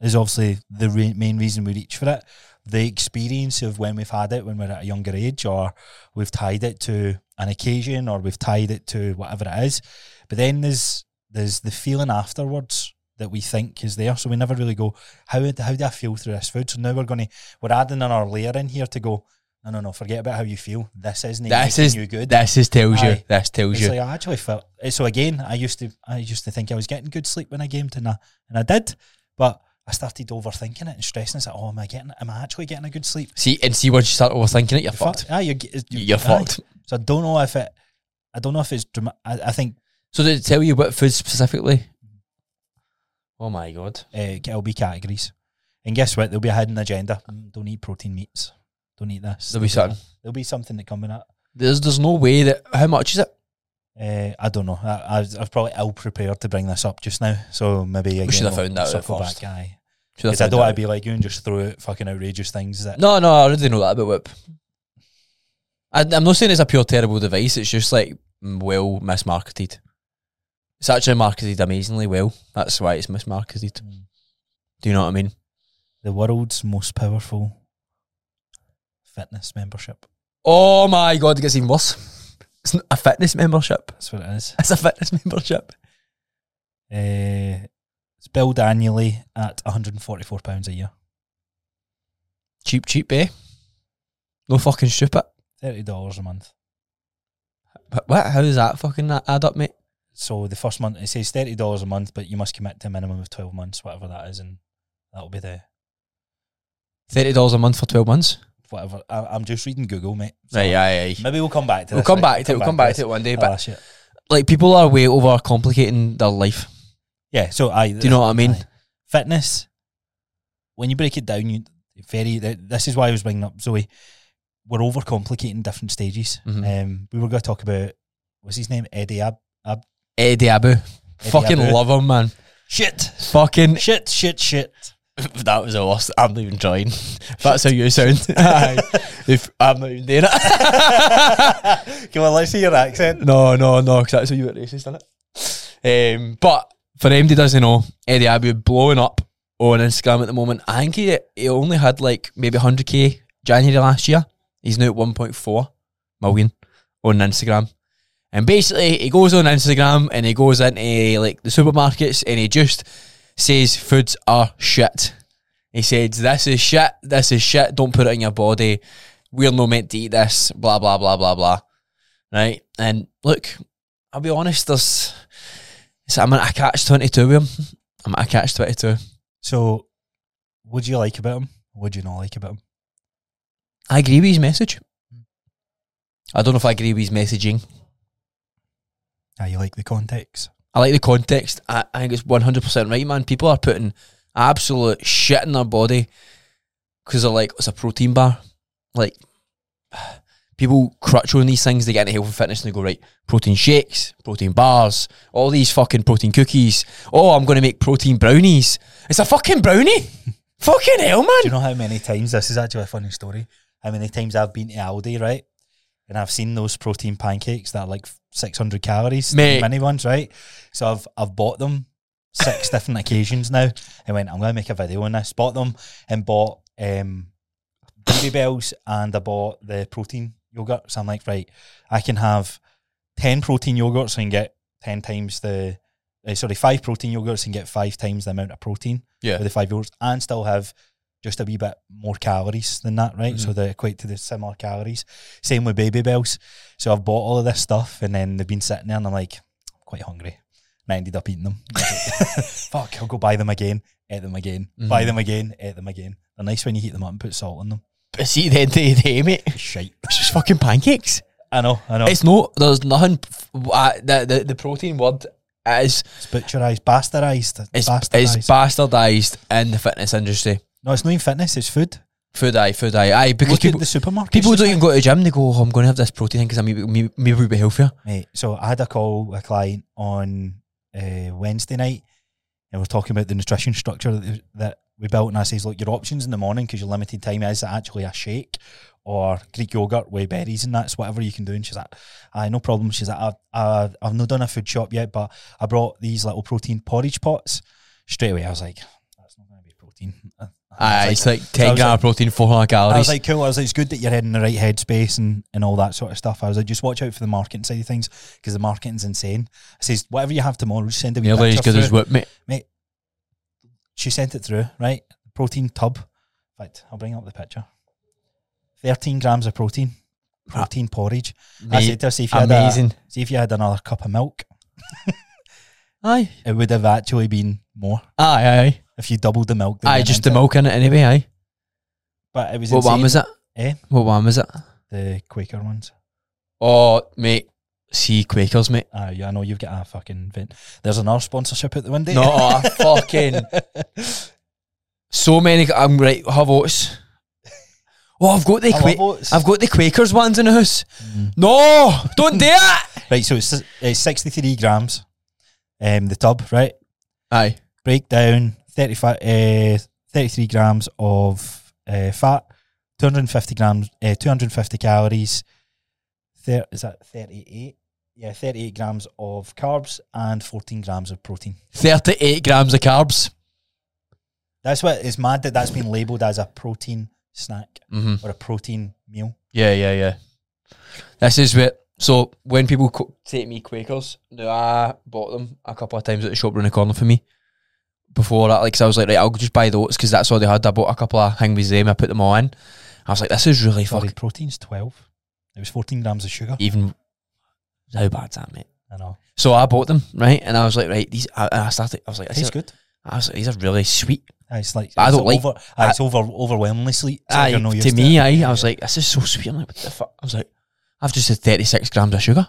Speaker 1: is obviously the re- main reason we reach for it. The experience of when we've had it when we're at a younger age, or we've tied it to an occasion, or we've tied it to whatever it is. But then there's there's the feeling afterwards that we think is there. So we never really go, how d- how do I feel through this food? So now we're going to we're adding another layer in here to go. No, no, no. Forget about how you feel. This isn't
Speaker 2: This
Speaker 1: making
Speaker 2: is-
Speaker 1: you good.
Speaker 2: This is tells you.
Speaker 1: Aye.
Speaker 2: This tells
Speaker 1: It's
Speaker 2: you.
Speaker 1: like "Oh, I actually felt Eh, so again. I used to I used to think I was getting good sleep when I gamed, and I and I did, but I started overthinking it and stressing. It's like, oh, am I getting? Am I actually getting a good sleep?
Speaker 2: see and see once you start overthinking it, you're,
Speaker 1: You're
Speaker 2: fucked.
Speaker 1: Aye, you're, g- it's-
Speaker 2: You're,
Speaker 1: aye.
Speaker 2: fucked.
Speaker 1: So I don't know if it. I don't know if it's. Drama- I, I think
Speaker 2: So did it tell you what food specifically? Oh my god.
Speaker 1: uh, it'll be categories, and guess what? There'll be a hidden agenda. Mm, Don't eat protein meats. Don't eat this.
Speaker 2: There'll be something.
Speaker 1: There'll be something that coming up.
Speaker 2: There's there's no way that how much is it?
Speaker 1: Uh, I don't know. I, I was, I was probably ill prepared to bring this up just now, so maybe again,
Speaker 2: should have
Speaker 1: we'll
Speaker 2: found that out
Speaker 1: circle
Speaker 2: first.
Speaker 1: back, aye.
Speaker 2: Should
Speaker 1: Because I don't
Speaker 2: found that
Speaker 1: want
Speaker 2: out?
Speaker 1: to be like you and just throw out fucking outrageous things that
Speaker 2: No, no, I already know that about whip. I, I'm not saying it's a pure terrible device. It's just like mm, well mismarketed. It's actually marketed amazingly well. That's why it's mismarketed. Do you know what I mean?
Speaker 1: the world's most powerful fitness membership.
Speaker 2: Oh my god, it gets even worse. It's not a fitness membership.
Speaker 1: That's what it is.
Speaker 2: It's a fitness membership.
Speaker 1: Uh, it's billed annually at £144 a year.
Speaker 2: Cheap, cheap, eh? No fucking stupid.
Speaker 1: $30 a month.
Speaker 2: But what? How does that fucking a- add up, mate?
Speaker 1: So the first month, it says $30 a month, but you must commit to a minimum of 12 months, whatever that is. And that'll be the
Speaker 2: Thirty dollars a month for twelve months.
Speaker 1: whatever. I, I'm just reading Google, mate. So
Speaker 2: Right, aye, aye.
Speaker 1: Maybe we'll come back to
Speaker 2: We'll
Speaker 1: this,
Speaker 2: come
Speaker 1: right?
Speaker 2: back to it. We'll come back to
Speaker 1: this. Ah,
Speaker 2: it one day.
Speaker 1: I'll
Speaker 2: But
Speaker 1: ask you.
Speaker 2: like, people are way over complicating their life.
Speaker 1: Yeah, so I.
Speaker 2: Do you know what I mean?
Speaker 1: fitness when you break it down you very th- this is why i was bringing up zoe we're overcomplicating different stages
Speaker 2: Mhm.
Speaker 1: um, we were going to talk about what's his name eddie ab
Speaker 2: Eddie Abu. Fucking
Speaker 1: Abu.
Speaker 2: love him, man.
Speaker 1: shit
Speaker 2: Fucking.
Speaker 1: shit shit shit
Speaker 2: That was a loss. I'm not even trying. That's how you sound. if I'm not even doing it.
Speaker 1: come on let's see your accent
Speaker 2: no, no, no, because that's how you were racist, isn't it? Um, but for anybody who doesn't know, Eddie Abu blowing up on Instagram at the moment. I think he, he only had like maybe 100k January last year. He's now at 1.4 million on Instagram. And basically, he goes on Instagram and he goes into like the supermarkets and he just says foods are shit. He says this is shit, this is shit. Don't put it in your body. We're not meant to eat this. Blah blah blah blah blah. Right? And look, I'll be honest. There's, it's, I'm at a catch twenty two with him. I'm at a catch twenty two.
Speaker 1: so what do you like about him what do you not like about him
Speaker 2: I agree with his message. I don't know if I agree with his messaging.
Speaker 1: ah you like the context
Speaker 2: I like the context. I, I think it's one hundred percent right, man. People are putting absolute shit in their body because they're like it's a protein bar. Like people crutch on these things. They get into health and fitness and they go right protein shakes, protein bars, all these fucking protein cookies. Oh, I'm going to make protein brownies. It's a fucking brownie. fucking hell, man.
Speaker 1: Do you know how many times this is actually a funny story? How many times I've been to Aldi, right? And I've seen those protein pancakes that are like 600 calories, the
Speaker 2: Mate.
Speaker 1: mini ones, right? So I've I've bought them six different occasions now. I went, I'm going to make a video on this. Bought them and bought um, Baby Bells and I bought the protein yogurt. So I'm like, right, I can have 10 protein yogurts and get 10 times the, uh, sorry, five protein yogurts and get five times the amount of protein
Speaker 2: Yeah.
Speaker 1: with the five yogurts and still have just a wee bit more calories than that, right?
Speaker 2: Mm-hmm.
Speaker 1: So they equate to the similar calories. Same with baby bells. So I've bought all of this stuff and then they've been sitting there and I'm like, I'm quite hungry. And I ended up eating them. Fuck, I'll go buy them again, eat them again, buy
Speaker 2: Mm-hmm.
Speaker 1: them again, eat them again. They're nice when you heat them up and put salt in them.
Speaker 2: But see, at the end of the day, mate,
Speaker 1: Shite.
Speaker 2: it's just fucking pancakes.
Speaker 1: I know, I know. It's,
Speaker 2: It's no, there's nothing. Uh, the, the the protein word is
Speaker 1: butcherized, bastardized.
Speaker 2: It's,
Speaker 1: bastardized.
Speaker 2: it's bastardized in the fitness industry.
Speaker 1: no, it's not even fitness, it's food.
Speaker 2: Food eye, food eye, aye. Because
Speaker 1: Look
Speaker 2: people,
Speaker 1: at the supermarket.
Speaker 2: people don't even go to the gym. They go, oh, I'm going to have this protein because I'm maybe, maybe we'll be healthier.
Speaker 1: Mate, so I had a call with a client on uh, Wednesday night, and we're talking about the nutrition structure that, that we built. And I says, look, your options in the morning because your limited time is actually a shake or Greek yogurt with berries and that's whatever you can do. And she's like, aye, no problem. She's like, I've, I've, I've not done a food shop yet, but I brought these little protein porridge pots. Straight away, I was like, that's not going to be protein. I- I
Speaker 2: Aye,
Speaker 1: was
Speaker 2: it's like 10
Speaker 1: I was
Speaker 2: gram
Speaker 1: like-
Speaker 2: of protein, 400
Speaker 1: I was
Speaker 2: calories.
Speaker 1: like, cool. I was like, it's good that you're heading the right headspace and, and all that sort of stuff. I was like, just watch out for the marketing side of things because the marketing's insane. I says, whatever you have tomorrow, just send a wee
Speaker 2: Nearly as
Speaker 1: picture
Speaker 2: good as
Speaker 1: through.
Speaker 2: whip, mate.
Speaker 1: She sent it through, right? Protein tub. In fact, I'll bring up the picture. 13 grams of protein. Protein porridge. I
Speaker 2: Mate,
Speaker 1: said to her, see if, you had a,
Speaker 2: Ah. Amazing.
Speaker 1: see if you had another cup of milk,
Speaker 2: Aye.
Speaker 1: it would have actually been more.
Speaker 2: Aye, aye, aye.
Speaker 1: If you doubled the milk. that
Speaker 2: Aye,
Speaker 1: went
Speaker 2: just the
Speaker 1: into it.
Speaker 2: milk in it anyway, aye.
Speaker 1: But it was
Speaker 2: What one
Speaker 1: insane.
Speaker 2: was it?
Speaker 1: Eh?
Speaker 2: What one was it?
Speaker 1: The Quaker ones.
Speaker 2: Oh, mate. See, Quakers, mate.
Speaker 1: Ah, yeah, I know you've got a fucking vent. There's another sponsorship at the window.
Speaker 2: No, a fucking. So many. I'm right. Have oats. Oh, I've got the
Speaker 1: I
Speaker 2: Quakers.
Speaker 1: love oats.
Speaker 2: I've got the Quakers ones in the house. No, don't do it.
Speaker 1: Mm. Right, so it's, it's 63 grams, um, the tub, right?
Speaker 2: Aye.
Speaker 1: Break down 35, uh, 33 grams of uh, fat, 250 grams, uh, 250 calories, thir- is that 38? Yeah, 38 grams of carbs and 14 grams of protein.
Speaker 2: 38 er grams of carbs.
Speaker 1: That's what it's mad that that's been labeled as a protein snack
Speaker 2: Mm-hmm.
Speaker 1: or a protein meal.
Speaker 2: Yeah, yeah, yeah. This is where. So when people co- take me Quakers, now I bought them a couple of times at the shop around the corner for me. Before that, like, 'cause I was like, right, I'll just buy those because that's all they had. I bought a couple of hang with them. I put them all in. I was like, this is really
Speaker 1: Sorry,
Speaker 2: fucking
Speaker 1: protein's 12. It was 14 grams of sugar.
Speaker 2: even. How bad's that, mate?
Speaker 1: I know.
Speaker 2: So I bought them, right? And I was like, right, these. I, I started. I was like, this
Speaker 1: Tastes
Speaker 2: is,
Speaker 1: good.
Speaker 2: I was like, these are really sweet.
Speaker 1: Aye, It's like
Speaker 2: I
Speaker 1: it's
Speaker 2: don't like-
Speaker 1: over, aye, it's over overwhelmingly sweet. It's like
Speaker 2: Aye,
Speaker 1: you're no
Speaker 2: to
Speaker 1: used
Speaker 2: me,
Speaker 1: it.
Speaker 2: aye, I was like, this is so sweet. I'm like, what the fuck? I was like, I've just had 36 grams of sugar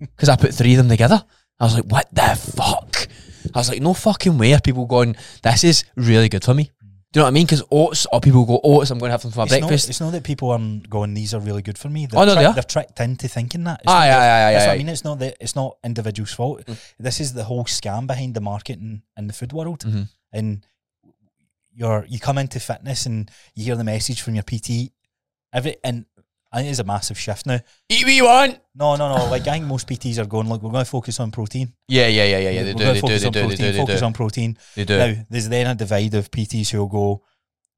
Speaker 2: because er I put three of them together. I was like, what the fuck? I was like, no fucking way. Are people going, this is really good for me? Do you know what I mean? Because oats, or people go, oats, I'm going to have them for my
Speaker 1: it's
Speaker 2: breakfast.
Speaker 1: Not, it's not that people aren't going. These are really good for me. They're
Speaker 2: Oh, no, they
Speaker 1: trick-
Speaker 2: are.
Speaker 1: They're tricked into thinking that. It's
Speaker 2: aye,
Speaker 1: not
Speaker 2: aye,
Speaker 1: that-
Speaker 2: aye,
Speaker 1: That's
Speaker 2: aye,
Speaker 1: what
Speaker 2: aye.
Speaker 1: I
Speaker 2: Mm.
Speaker 1: mean. It's not that. It's not individuals' fault. This is the whole scam behind the market and, and the food world.
Speaker 2: Mhm.
Speaker 1: And you're you come into fitness and you hear the message from your PT. Every and I think it's a massive shift now.
Speaker 2: Eat what you want.
Speaker 1: No, no, no. like I think most PTs are going. Look, we're going to focus on protein.
Speaker 2: Yeah, yeah, yeah, yeah, yeah.
Speaker 1: we're
Speaker 2: They do,
Speaker 1: gonna
Speaker 2: they do,
Speaker 1: focus
Speaker 2: they
Speaker 1: on
Speaker 2: do, they
Speaker 1: protein.
Speaker 2: do, they
Speaker 1: focus
Speaker 2: do.
Speaker 1: on protein.
Speaker 2: They do.
Speaker 1: Now, there's then a divide of PTs who'll go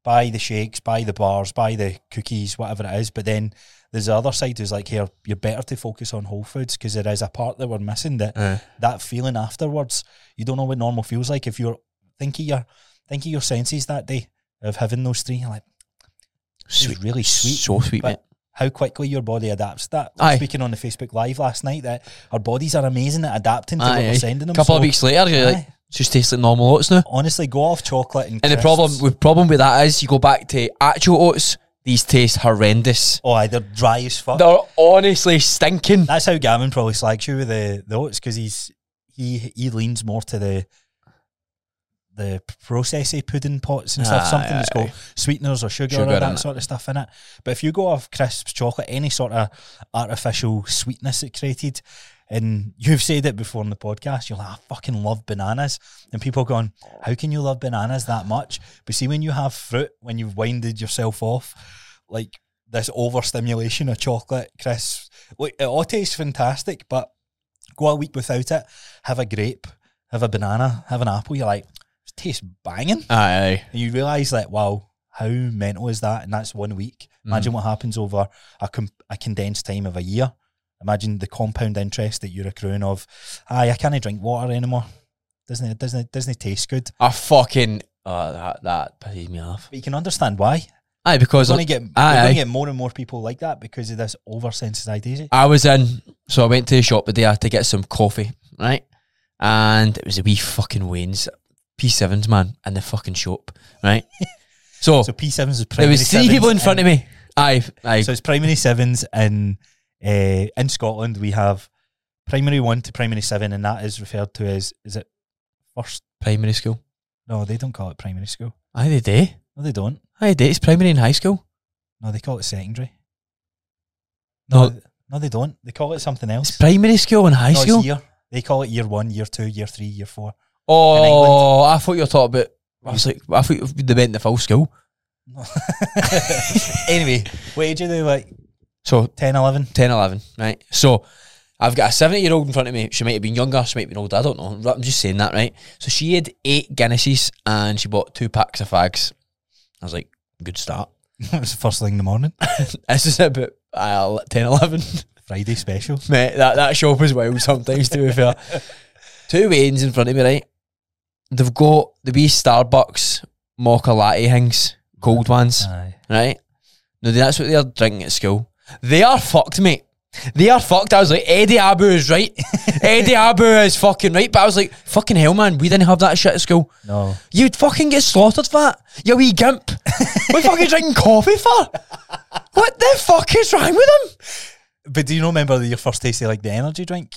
Speaker 1: buy the shakes, buy the bars, buy the cookies, whatever it is. But then there's the other side who's like, here, you're better to focus on whole foods because there is a part that we're missing that
Speaker 2: Uh,
Speaker 1: that feeling afterwards. You don't know what normal feels like if you're think of your think of your senses that day of having those three. You're like,
Speaker 2: Sweet.
Speaker 1: really sweet,
Speaker 2: So sweet, mate.
Speaker 1: but how quickly your body adapts. to That
Speaker 2: Aye.
Speaker 1: speaking on the Facebook Live last night, that our bodies are amazing at adapting to what
Speaker 2: Aye,
Speaker 1: we're
Speaker 2: aye.
Speaker 1: sending them.
Speaker 2: couple of
Speaker 1: So,
Speaker 2: weeks later, you're like,
Speaker 1: aye,
Speaker 2: "It just tastes like normal oats now.
Speaker 1: honestly, go off chocolate and
Speaker 2: And the
Speaker 1: crisps.
Speaker 2: problem with problem with that is you go back to actual oats, these taste horrendous.
Speaker 1: Oh, aye, they're dry as fuck.
Speaker 2: They're honestly stinking.
Speaker 1: That's how Gavin probably slags you with the, the oats because he's he he leans more to the the processy pudding pots and stuff, something that's got sweeteners or sugar,
Speaker 2: Sugar
Speaker 1: or
Speaker 2: in it.
Speaker 1: that sort of stuff in it. But if you go off crisps, chocolate, any sort of artificial sweetness it created, and you've said it before in the podcast, you're like, I fucking love bananas. And people are going, How can you love bananas that much? But see, when you have fruit, when you've winded yourself off, like this overstimulation of chocolate, crisps, like it all tastes fantastic, but go a week without it, have a grape, have a banana, have an apple, you're like, it tastes banging.
Speaker 2: Aye.
Speaker 1: And you realise that, wow, how mental is that? And that's one week.
Speaker 2: Mm.
Speaker 1: Imagine what happens over a, com- a condensed time of a year. Imagine the compound interest that you're accruing of, aye, I can't drink water anymore. Doesn't it, doesn't it, doesn't it taste good?
Speaker 2: I fucking oh, that that pisses me off.
Speaker 1: But you can understand why.
Speaker 2: Aye, because
Speaker 1: We're going to get,
Speaker 2: Aye,
Speaker 1: we're
Speaker 2: aye.
Speaker 1: gonna get more and more people like that because of this oversensitization.
Speaker 2: I was in, so I went to the shop the day I had to get some coffee, right? And it was a wee fucking Wayne's P7s, man, in the fucking shop, right? so,
Speaker 1: So P7s is
Speaker 2: there
Speaker 1: primary
Speaker 2: was three
Speaker 1: sevens
Speaker 2: people in front
Speaker 1: and-
Speaker 2: of me. Aye, aye.
Speaker 1: So it's primary sevens in uh, in Scotland. We have primary one to primary seven, and that is referred to as is it first?
Speaker 2: primary school.
Speaker 1: No, they don't call it primary school.
Speaker 2: Aye, they do.
Speaker 1: No, they don't.
Speaker 2: Aye, they do. It's primary and high school.
Speaker 1: No, they call it secondary. No,
Speaker 2: No.
Speaker 1: no, they don't. They call it something
Speaker 2: It's
Speaker 1: else.
Speaker 2: primary school and high
Speaker 1: No, it's
Speaker 2: school.
Speaker 1: year. They call it year one, year two, year three, year four.
Speaker 2: Oh, I thought you were talking about. I was like, I thought they meant the full school.
Speaker 1: No. anyway, what age are they? Like
Speaker 2: So
Speaker 1: 10, 11?
Speaker 2: 10, 11, right? So I've got a 70 year old in front of me. She might have been younger, she might have been older. I don't know. I'm just saying that, right? So she had eight Guinnesses and she bought two packs of fags. I was like, good start.
Speaker 1: it was the first thing in the morning.
Speaker 2: This is about uh, 10, 11.
Speaker 1: Friday special.
Speaker 2: Mate, that, that shop is wild sometimes, to be fair. Two Wayne's in front of me, right? They've got the wee Starbucks mocha latte things, cold ones.
Speaker 1: Aye.
Speaker 2: right? No, that's what they're drinking at school. They are fucked, mate. They are fucked. I was like, Eddie Abu is right. Eddie Abu is fucking right. But I was like, fucking hell, man. We didn't have that shit at school.
Speaker 1: No.
Speaker 2: You'd fucking get slaughtered for that. You wee gimp. what fucking drinking coffee for? What the fuck is wrong with them?
Speaker 1: But do you not remember your first taste of like the energy drink?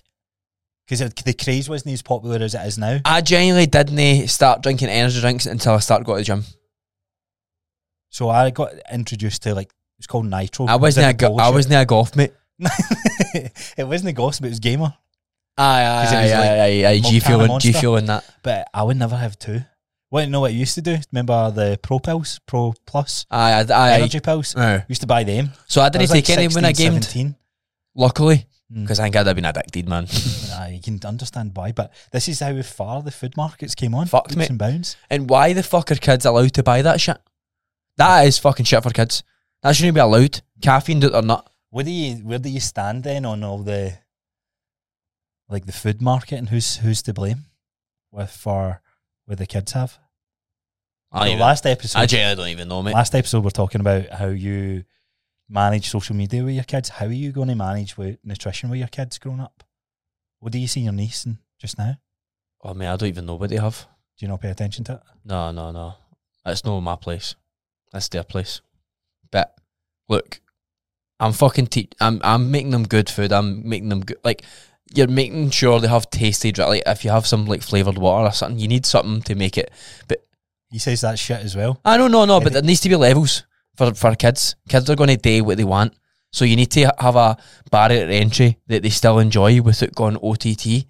Speaker 1: Because the craze wasn't as popular as it is now.
Speaker 2: I genuinely didn't start drinking energy drinks until I started going to the gym.
Speaker 1: So I got introduced to like it's called Nitro.
Speaker 2: I wasn't a go- I wasn't a golf mate.
Speaker 1: it wasn't the gossip. It was gamer.
Speaker 2: Aye, aye,
Speaker 1: 'Cause it
Speaker 2: aye,
Speaker 1: was like
Speaker 2: aye, aye, aye, G
Speaker 1: Montana
Speaker 2: fuel and G
Speaker 1: Monster.
Speaker 2: fuel and that.
Speaker 1: But I would never have two. Want to know what I used to do? Remember the Pro Pills, Pro Plus,
Speaker 2: Aye, aye, aye.
Speaker 1: Energy Pills?
Speaker 2: Aye.
Speaker 1: used to buy them.
Speaker 2: So I
Speaker 1: I
Speaker 2: didn't
Speaker 1: was like
Speaker 2: take any when I
Speaker 1: 16,
Speaker 2: gamed,
Speaker 1: 17.
Speaker 2: luckily,
Speaker 1: Mm.
Speaker 2: because I think I'd have been addicted, man.
Speaker 1: Nah, you can understand why, but this is how far the food markets came on.
Speaker 2: Fucked,
Speaker 1: leaps
Speaker 2: mate.
Speaker 1: and bounds.
Speaker 2: and why the fuck are kids allowed to buy that shit? That is fucking shit for kids. That shouldn't be allowed. Caffeine or not.
Speaker 1: Where do you where do you stand then on all the like the food market and who's who's to blame with for where the kids have?
Speaker 2: I
Speaker 1: the last episode,
Speaker 2: I don't even know, mate.
Speaker 1: last episode we're talking about how you manage social media with your kids. How are you going to manage with nutrition with your kids growing up? What do you see your niece and just now?
Speaker 2: Oh, mate, I don't even know what they have.
Speaker 1: Do you not pay attention to it?
Speaker 2: No, no, no. That's not my place. That's their place. But look, I'm fucking. Te- I'm I'm making them good food. I'm making them good. Like you're making sure they have tasty. dri- Like if you have some like flavored water or something, you need something to make it. But
Speaker 1: He says that shit as well.
Speaker 2: I don't know, no.
Speaker 1: Yeah,
Speaker 2: But
Speaker 1: they-
Speaker 2: there needs to be levels for for kids. Kids are going to do what they want. So you need to ha- have a barrier to entry that they still enjoy without going OTT.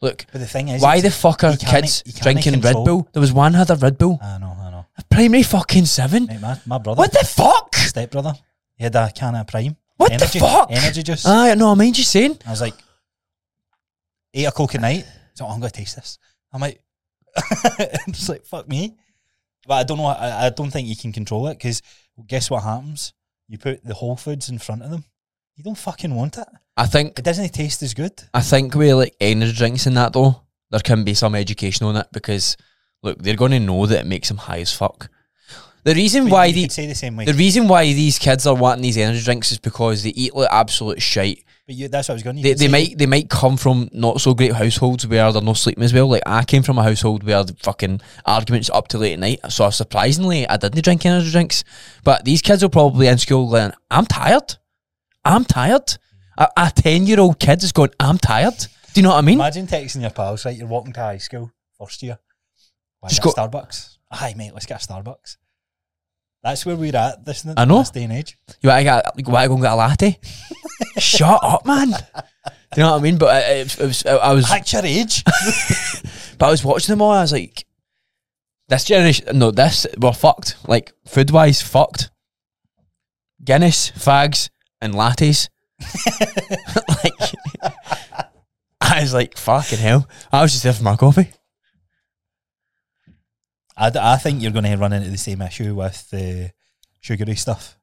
Speaker 2: Look,
Speaker 1: But the thing is,
Speaker 2: why the
Speaker 1: it's-
Speaker 2: fuck are
Speaker 1: you can't-
Speaker 2: kids
Speaker 1: you can't
Speaker 2: drinking Red
Speaker 1: control-
Speaker 2: Bull? There was one had a Red Bull.
Speaker 1: I know, I know.
Speaker 2: A primary fucking seven.
Speaker 1: Mate, my, my brother,
Speaker 2: What the fuck?
Speaker 1: stepbrother, he had a can of Prime.
Speaker 2: What
Speaker 1: energy,
Speaker 2: the fuck?
Speaker 1: Energy juice.
Speaker 2: I no, I mind you saying.
Speaker 1: I was like, eight o'clock at night. So I'm going to taste this. I'm like, it's like, fuck me. But I don't know. I, I don't think you can control it because guess what happens? You put the whole foods in front of them. You don't fucking want it.
Speaker 2: I think
Speaker 1: It doesn't taste as good.
Speaker 2: I think with like energy drinks and that though, there can be some education on it because look, they're gonna know that it makes them high as fuck. The reason
Speaker 1: But
Speaker 2: why
Speaker 1: you
Speaker 2: the
Speaker 1: could say the same way?
Speaker 2: the reason why these kids are wanting these energy drinks is because they eat like absolute shite.
Speaker 1: but you, that's what I was going to.
Speaker 2: They, they might they might come from not so great households where they're not sleeping as well. Like I came from a household where the fucking arguments up to late at night. So surprisingly, I didn't drink energy drinks. But these kids will probably in school going, "I'm tired. I'm tired." A, a ten year old kid is going, "I'm tired." Do you know what I mean?
Speaker 1: Imagine texting your pals, right? You're walking to high school, first year. Why
Speaker 2: Just
Speaker 1: get a
Speaker 2: go-
Speaker 1: Starbucks? Aye, mate, let's get a Starbucks. That's where we're at this,
Speaker 2: I know.
Speaker 1: this day and age.
Speaker 2: You want to get you want to go and get a latte? Shut up, man. Do you know what I mean? But I, it, it was, I was
Speaker 1: At your age.
Speaker 2: But I was watching them all. I was like, this generation, no, this we're fucked. Like food wise, fucked. Guinness, fags, and lattes. like, I was like, fucking hell. I was just there for my coffee.
Speaker 1: I, d- I think you're going to run into the same issue with the sugary stuff.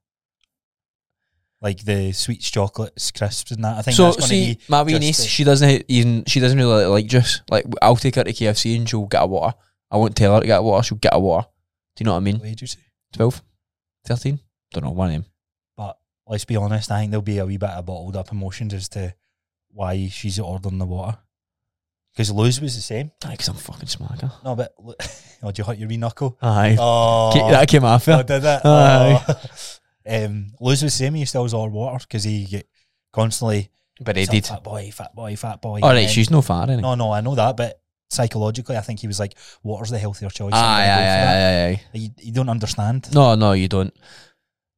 Speaker 1: Like the sweets, chocolates, crisps, and that. I think
Speaker 2: so
Speaker 1: that's going
Speaker 2: see,
Speaker 1: to be.
Speaker 2: my wee
Speaker 1: just
Speaker 2: niece,
Speaker 1: the-
Speaker 2: she doesn't even she doesn't really like juice. Like I'll take her to KFC and she'll get a water. I won't tell her to get a water. She'll get a water. Do you know what I mean?
Speaker 1: What age is she?
Speaker 2: 12? 13? Don't know. One of them.
Speaker 1: But let's be honest, I think there'll be a wee bit of bottled up emotions as to why she's ordering the water. Because Lou's was the same.
Speaker 2: Like some fucking smacker.
Speaker 1: No, but. Lou- Oh, did you hurt your wee knuckle?
Speaker 2: Aye.
Speaker 1: Oh.
Speaker 2: Ki- that came off.
Speaker 1: Oh, did it?
Speaker 2: Aye.
Speaker 1: Oh. Um, Lou's was the same. He still was all water because he get constantly
Speaker 2: But
Speaker 1: "He's
Speaker 2: it
Speaker 1: a
Speaker 2: did.
Speaker 1: fat boy, fat boy, fat boy.
Speaker 2: All
Speaker 1: And
Speaker 2: right,
Speaker 1: then-
Speaker 2: she's no fat, isn't
Speaker 1: um, no, no, I know that, but psychologically, I think he was like, "Water's the healthier choice."
Speaker 2: Aye, aye,
Speaker 1: I'm gonna go for that."
Speaker 2: aye, aye, aye.
Speaker 1: You, you don't understand.
Speaker 2: No, no, you don't.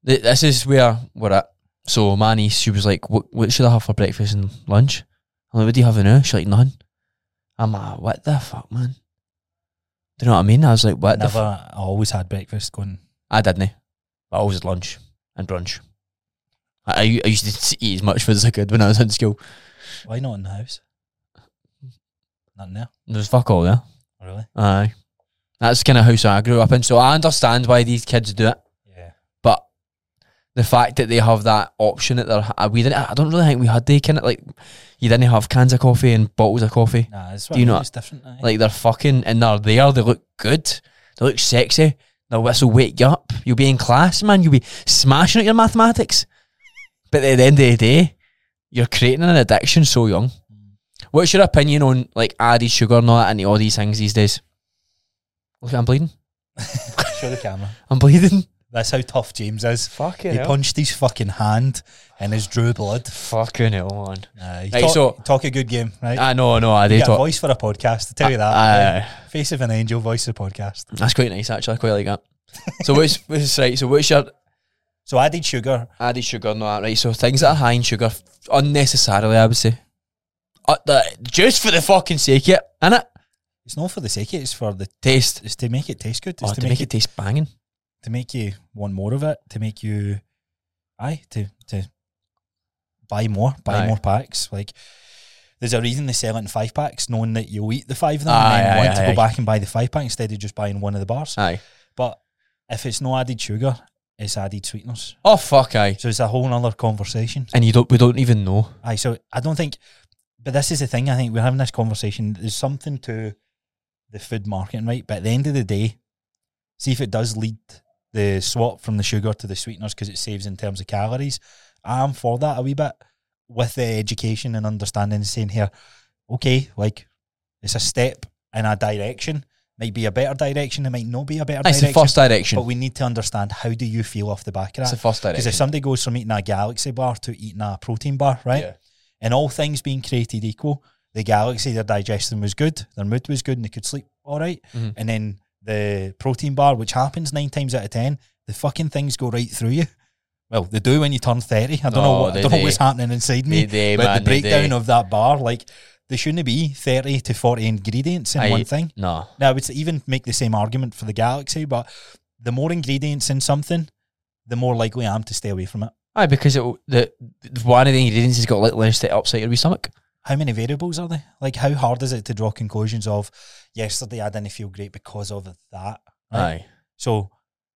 Speaker 2: Th- This is where we're at. So my niece, she was like, "What, what should I have for breakfast and lunch?" I'm like, "What do you have now?" She's like, "None." I'm like, "What the fuck, man?" Do you know what I mean? I was like, "What?"
Speaker 1: Never.
Speaker 2: The f-?
Speaker 1: I always had breakfast going.
Speaker 2: I didn't. But I always had lunch and brunch. I, I used to eat as much food as I could when I was in school.
Speaker 1: Why not in the house? Nothing there,
Speaker 2: There's fuck all there.
Speaker 1: really.
Speaker 2: Aye, that's kind of house I grew up in. So I understand why these kids do it.
Speaker 1: Yeah.
Speaker 2: But the fact that they have that option at their, uh, we didn't. I don't really think we had. They kind of like you didn't have cans of coffee and bottles of coffee.
Speaker 1: Nah, it's
Speaker 2: Do you know-
Speaker 1: It's different. aye.
Speaker 2: Like they're fucking and they're there. They look good. They look sexy. Their whistle wake you up. You'll be in class, man. You'll be smashing at your mathematics. But at the end of the day, you're creating an addiction so young. What's your opinion on like added sugar and all that and all these things these days? Look, I'm bleeding.
Speaker 1: Show the camera.
Speaker 2: I'm bleeding.
Speaker 1: That's how tough James is.
Speaker 2: Fucking
Speaker 1: He punched his fucking hand and his drew blood.
Speaker 2: Fucking hell, man.
Speaker 1: Aye.
Speaker 2: Right,
Speaker 1: talk,
Speaker 2: so-
Speaker 1: talk a good game, right?
Speaker 2: I know, no, I do
Speaker 1: Get a
Speaker 2: talk. Ah,
Speaker 1: voice for a podcast. I tell you that.
Speaker 2: Aye,
Speaker 1: Aye. Face of an angel, voice of the podcast.
Speaker 2: Uh, That's quite nice, actually. I quite like that. So what's, what's right? So what's your
Speaker 1: So added sugar.
Speaker 2: added sugar and all that, right? So things that are high in sugar, f- unnecessarily, I would say. Uh, the, just for the fucking sake, yeah, innit?
Speaker 1: It's not for the sake of it, it's for the
Speaker 2: Taste.
Speaker 1: it's to make it taste good. It's
Speaker 2: Oh, to, make, it taste banging.
Speaker 1: to make you want more of it, to make you aye, to to buy more, buy
Speaker 2: Aye.
Speaker 1: more packs. Like there's a reason they sell it in five packs, knowing that you'll eat the five of them
Speaker 2: Aye,
Speaker 1: and then
Speaker 2: aye,
Speaker 1: want to
Speaker 2: aye,
Speaker 1: go
Speaker 2: aye.
Speaker 1: back and buy the five pack instead of just buying one of the bars.
Speaker 2: Aye.
Speaker 1: But if it's no added sugar, it's added sweeteners.
Speaker 2: Oh fuck, aye.
Speaker 1: So it's a whole other conversation.
Speaker 2: And you don't. We don't even know.
Speaker 1: Aye, so I don't think, but this is the thing. I think we're having this conversation. There's something to the food marketing, right? But at the end of the day, see if it does lead the swap from the sugar to the sweeteners because it saves in terms of calories. I'm for that a wee bit with the education and understanding, saying here, okay, like it's a step in a direction. Might be a better direction. It might not be a better
Speaker 2: Aye, It's
Speaker 1: direction.
Speaker 2: the first direction.
Speaker 1: but we need to understand how do you feel off the back of
Speaker 2: It's
Speaker 1: that.
Speaker 2: the first
Speaker 1: Because
Speaker 2: direction.
Speaker 1: if somebody goes from eating a galaxy bar to eating a protein bar, right?
Speaker 2: Yeah.
Speaker 1: And all things being created equal, the galaxy, their digestion was good, their mood was good, and they could sleep all right.
Speaker 2: Mhm.
Speaker 1: And then the protein bar, which happens nine times out of ten, the fucking things go right through you. Well, they do when you turn thirty. I don't know
Speaker 2: Oh,
Speaker 1: what I
Speaker 2: they
Speaker 1: don't know what's
Speaker 2: do.
Speaker 1: happening inside me.
Speaker 2: They do,
Speaker 1: but
Speaker 2: man,
Speaker 1: the
Speaker 2: they do.
Speaker 1: breakdown of that bar, like there shouldn't be thirty to forty ingredients in
Speaker 2: Aye.
Speaker 1: one thing.
Speaker 2: No.
Speaker 1: Now, I would even make the same argument for the galaxy, but the more ingredients in something, the more likely I am to stay away from it.
Speaker 2: Aye, because it will- the the- one of the ingredients has got like less to upset your wee stomach.
Speaker 1: How many variables are there? Like, how hard is it to draw conclusions of yesterday I didn't feel great because of that? right? So,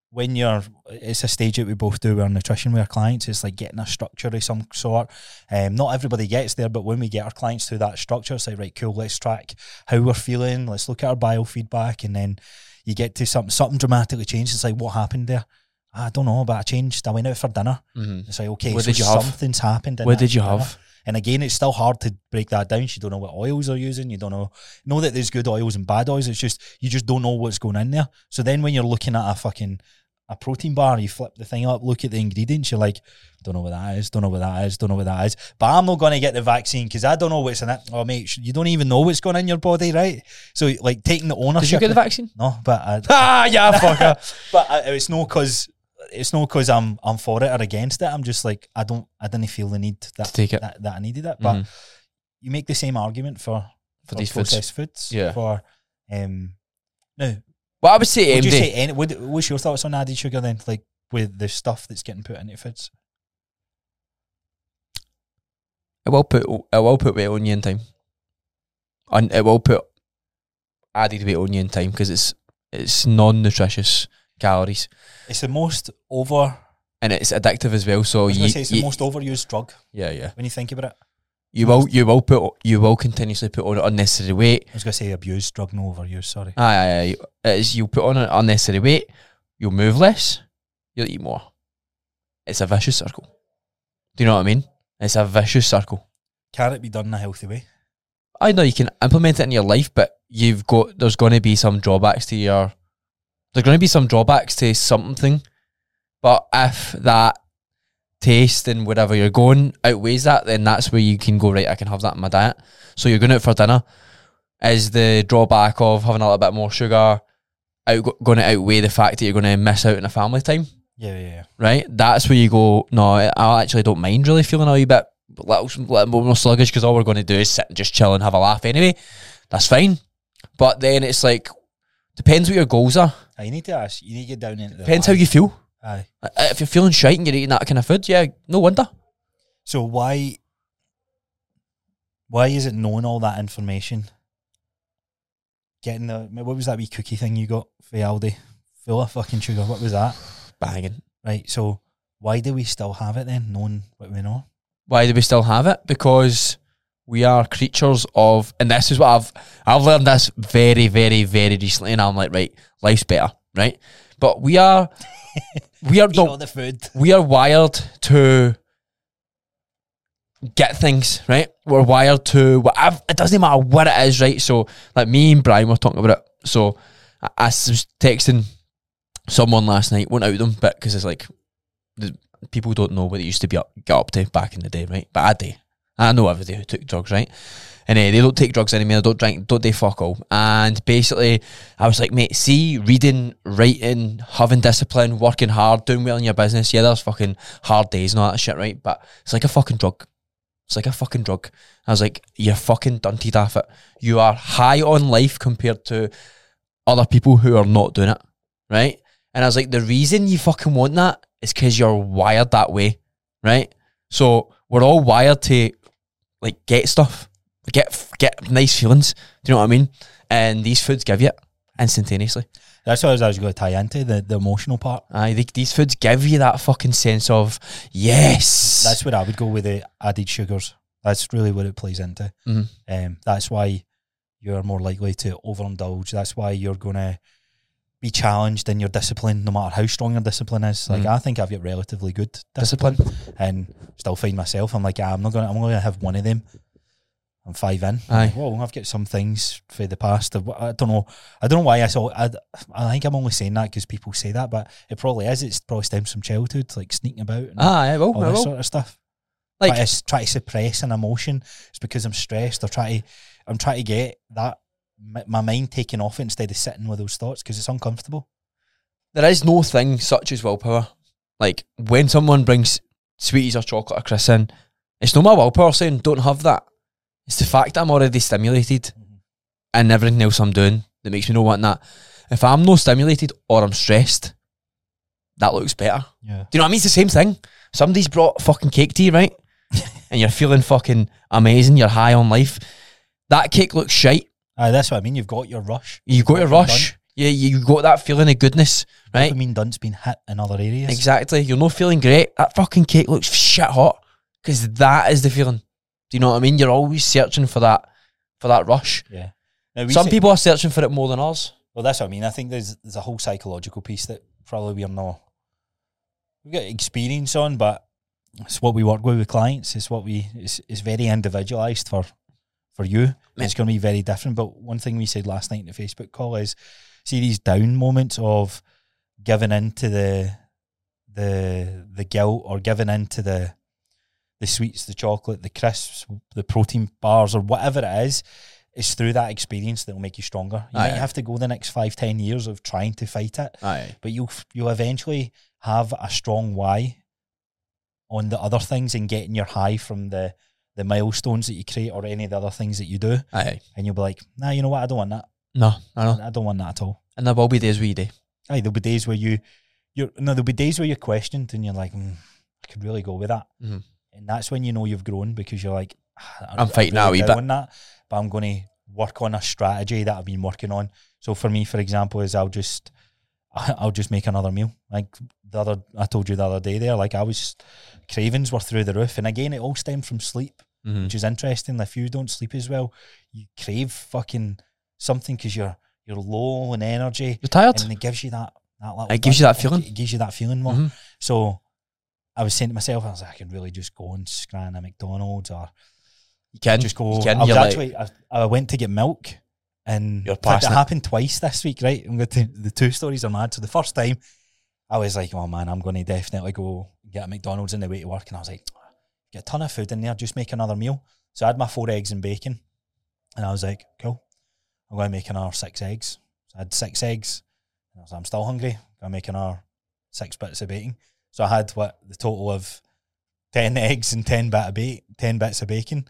Speaker 1: when you're, it's a stage that we both do with our nutrition with our clients. It's like getting a structure of some sort. Um, not everybody gets there, but when we get our clients to that structure, it's like, right, cool, let's track how we're feeling. Let's look at our biofeedback. And then you get to something, something dramatically changes. It's like, what happened there? "Ah, I don't know, but I changed. I went out for dinner.
Speaker 2: hmm
Speaker 1: It's like, okay,
Speaker 2: What
Speaker 1: so
Speaker 2: did you have?
Speaker 1: something's happened. in
Speaker 2: What
Speaker 1: that
Speaker 2: did you
Speaker 1: dinner.
Speaker 2: have?
Speaker 1: And again, it's still hard to break that down. You don't know what oils are using. You don't know know that there's good oils and bad oils. It's just you just don't know what's going in there. So then when you're looking at a fucking a protein bar, you flip the thing up, look at the ingredients. You're like, don't know what that is. Don't know what that is. Don't know what that is. But I'm not going to get the vaccine because I don't know what's in it. Oh mate, sh- you don't even know what's going in your body, right? So like taking the ownership.
Speaker 2: Did you get the vaccine?
Speaker 1: no, but I,
Speaker 2: Ah, yeah, fucker.
Speaker 1: but I, it's no cause. It's no cause I'm I'm for it or against it. I'm just like I don't I didn't feel the need that
Speaker 2: to take it
Speaker 1: that, that I needed it. But
Speaker 2: Mhm.
Speaker 1: you make the same argument for
Speaker 2: for these foods.
Speaker 1: processed foods.
Speaker 2: Yeah.
Speaker 1: For um, no,
Speaker 2: Well, I would say
Speaker 1: would you
Speaker 2: MD.
Speaker 1: say any? Would, what's your thoughts on added sugar then? Like with the stuff that's getting put into foods.
Speaker 2: It will put it will put weight on you in time, and it will put added weight on you in time because it's it's non-nutritious calories
Speaker 1: It's the most over.
Speaker 2: and it's addictive as well. So
Speaker 1: I was
Speaker 2: you,
Speaker 1: gonna say it's
Speaker 2: you-
Speaker 1: the most overused drug
Speaker 2: yeah, yeah,
Speaker 1: when you think about it.
Speaker 2: you will you will put you will continuously put on unnecessary weight.
Speaker 1: I was gonna say abused drug, no overuse. Sorry.
Speaker 2: Aye, aye, aye. It is, you'll put on an unnecessary weight. You'll move less. You'll eat more. It's a vicious circle. Do you know what I mean? It's a vicious circle.
Speaker 1: Can it be done in a healthy way?
Speaker 2: I know you can implement it in your life, but you've got there's going to be some drawbacks to your. There's going to be some drawbacks to something, but if that taste and wherever you're going outweighs that, then that's where you can go right. I can have that in my diet. So you're going out for dinner. Is the drawback of having a little bit more sugar out, going to outweigh the fact that you're going to miss out on a family time?
Speaker 1: Yeah, yeah, yeah.
Speaker 2: right? That's where you go, no, I- I actually don't mind really feeling a wee bit little, little more sluggish because all we're going to do is sit and just chill and have a laugh anyway. That's fine. But then it's like, depends what your goals are.
Speaker 1: Aye, You need to ask. You need to get down into the
Speaker 2: Depends how you feel.
Speaker 1: how. Aye.
Speaker 2: Uh, If you're feeling shite and you're eating that kind of food, yeah, no wonder.
Speaker 1: So why why is it knowing all that information? Getting the what was that wee cookie thing you got for Aldi? Full of fucking sugar. What was that?
Speaker 2: Banging.
Speaker 1: Right. So why do we still have it then, knowing what we know?
Speaker 2: Why do we still have it? Because we are creatures of, and this is what I've I've learned this very, very, very recently, and I'm like, right, life's better, right? But we are, we are,
Speaker 1: Eat
Speaker 2: no,
Speaker 1: all the food.
Speaker 2: we are wired to get things right. We're wired to whatever. It doesn't matter what it is, right? So, like me and Brian were talking about it. So, I, I was texting someone last night. Went out with them, but because it's like the, people don't know what it used to be up, get up to back in the day, right? But I do. I know everybody who took drugs, right? And uh, they don't take drugs anymore. They don't drink. Don't they fuck all? And basically, I was like, mate, see, reading, writing, having discipline, working hard, doing well in your business. Yeah, there's fucking hard days and all that shit, right? But it's like a fucking drug. It's like a fucking drug. I was like, you're fucking dunted off it. You are high on life compared to other people who are not doing it, right? And I was like, the reason you fucking want that is because you're wired that way, right? So we're all wired to like get stuff, get get nice feelings. Do you know what I mean? And these foods give you it instantaneously.
Speaker 1: That's what I was, I was going to tie into the, the emotional part.
Speaker 2: Aye, they, these foods give you that fucking sense of yes.
Speaker 1: That's where I would go with the added sugars. That's really what it plays into.
Speaker 2: Mhm.
Speaker 1: Um, that's why you're more likely to overindulge. That's why you're going to be challenged in your discipline, no matter how strong your discipline is. Like
Speaker 2: Mhm.
Speaker 1: I think I've got relatively good discipline,
Speaker 2: discipline.
Speaker 1: and still find myself. I'm like, "Ah, I'm not going. to I'm going to have one of them. I'm five in.
Speaker 2: Aye.
Speaker 1: Well, I've got some things for the past. of- I don't know. I don't know why I saw. I, I think I'm only saying that because people say that, but it probably is. It's probably stems from childhood, like sneaking about. And
Speaker 2: Aye, Ah, I will.
Speaker 1: all
Speaker 2: I
Speaker 1: this
Speaker 2: will.
Speaker 1: sort of stuff.
Speaker 2: Oh, Like-
Speaker 1: Like try to, s- try to suppress an emotion. It's because I'm stressed. Or try to, I'm trying to get that m- my mind taken off it instead of sitting with those thoughts because it's uncomfortable.
Speaker 2: there is no thing such as willpower. Like when someone brings sweeties or chocolate or crisps in, it's not my willpower saying don't have that. It's the fact that I'm already stimulated and everything else I'm doing that makes me not want that. If I'm not stimulated or I'm stressed, that looks better.
Speaker 1: Yeah.
Speaker 2: Do you know what I mean? It's the same thing. Somebody's brought fucking cake to you, right? and you're feeling fucking amazing, you're high on life. That cake looks shite.
Speaker 1: Aye, that's what I mean. You've got your rush.
Speaker 2: You got a
Speaker 1: Fucking
Speaker 2: rush. Yeah, you got that feeling of goodness, right?
Speaker 1: I mean, Dunt's been hit in other areas.
Speaker 2: Exactly. You're not feeling great. That fucking cake looks shit hot because that is the feeling. Do you know what I mean? You're always searching for that for that rush.
Speaker 1: Yeah. Now, we
Speaker 2: Some
Speaker 1: say-
Speaker 2: people are searching for it more than us.
Speaker 1: Well, that's what I mean. I think there's there's a whole psychological piece that probably we're not we've got experience on, but it's what we work with with clients. It's what we it's, it's very individualized for for you. And It's going to be very different. But one thing we said last night in the Facebook call is see these down moments of giving into the the the guilt or giving into the the sweets, the chocolate, the crisps, the protein bars, or whatever it is, it's through that experience that will make you stronger. You
Speaker 2: Aye,
Speaker 1: might
Speaker 2: aye.
Speaker 1: have to go the next five, ten years of trying to fight it,
Speaker 2: Aye.
Speaker 1: but you'll f- you'll eventually have a strong why on the other things and getting your high from the the milestones that you create or any of the other things that you do,
Speaker 2: Aye.
Speaker 1: and you'll be like, nah, you know what, I don't want that.
Speaker 2: No, I know.
Speaker 1: I don't want that at all.
Speaker 2: And there will be days where you do.
Speaker 1: Aye, there'll be days where you, you're no, there'll be days where you're questioned and you're like, mm, I could really go with that,
Speaker 2: Mhm.
Speaker 1: and that's when you know you've grown because you're like, "Ah,
Speaker 2: I'm fighting that a wee
Speaker 1: down
Speaker 2: bit."
Speaker 1: on that, but I'm going to work on a strategy that I've been working on. So for me, for example, is I'll just, I'll just make another meal. Like the other, I told you the other day there, like I was cravings were through the roof, and again, it all stemmed from sleep
Speaker 2: Mm-hmm.
Speaker 1: which is interesting. If you don't sleep as well, you crave fucking something because you're you're low on energy,
Speaker 2: You're tired.
Speaker 1: and it gives you that that little
Speaker 2: It gives
Speaker 1: bit.
Speaker 2: you that feeling.
Speaker 1: It gives you that feeling more.
Speaker 2: Mhm.
Speaker 1: So I was saying to myself, I was like, I could really just go and scran a McDonald's or
Speaker 2: You can.
Speaker 1: just go.
Speaker 2: You can.
Speaker 1: I was
Speaker 2: You're like,
Speaker 1: actually I, I went to get milk, and
Speaker 2: You're
Speaker 1: in fact,
Speaker 2: passing
Speaker 1: it
Speaker 2: it.
Speaker 1: happened twice this week. Right, I'm going to the two stories are mad. So the first time, I was like, oh man, I'm going to definitely go get a McDonald's on the way to work, and I was like, get a ton of food in there, just make another meal. So I had my four eggs and bacon, and I was like, cool, I'm going to make another six eggs. So I had six eggs, and I was like, I'm still hungry. I'm making another six bits of bacon. So I had what the total of ten eggs and ten bit of ba- ten bits of bacon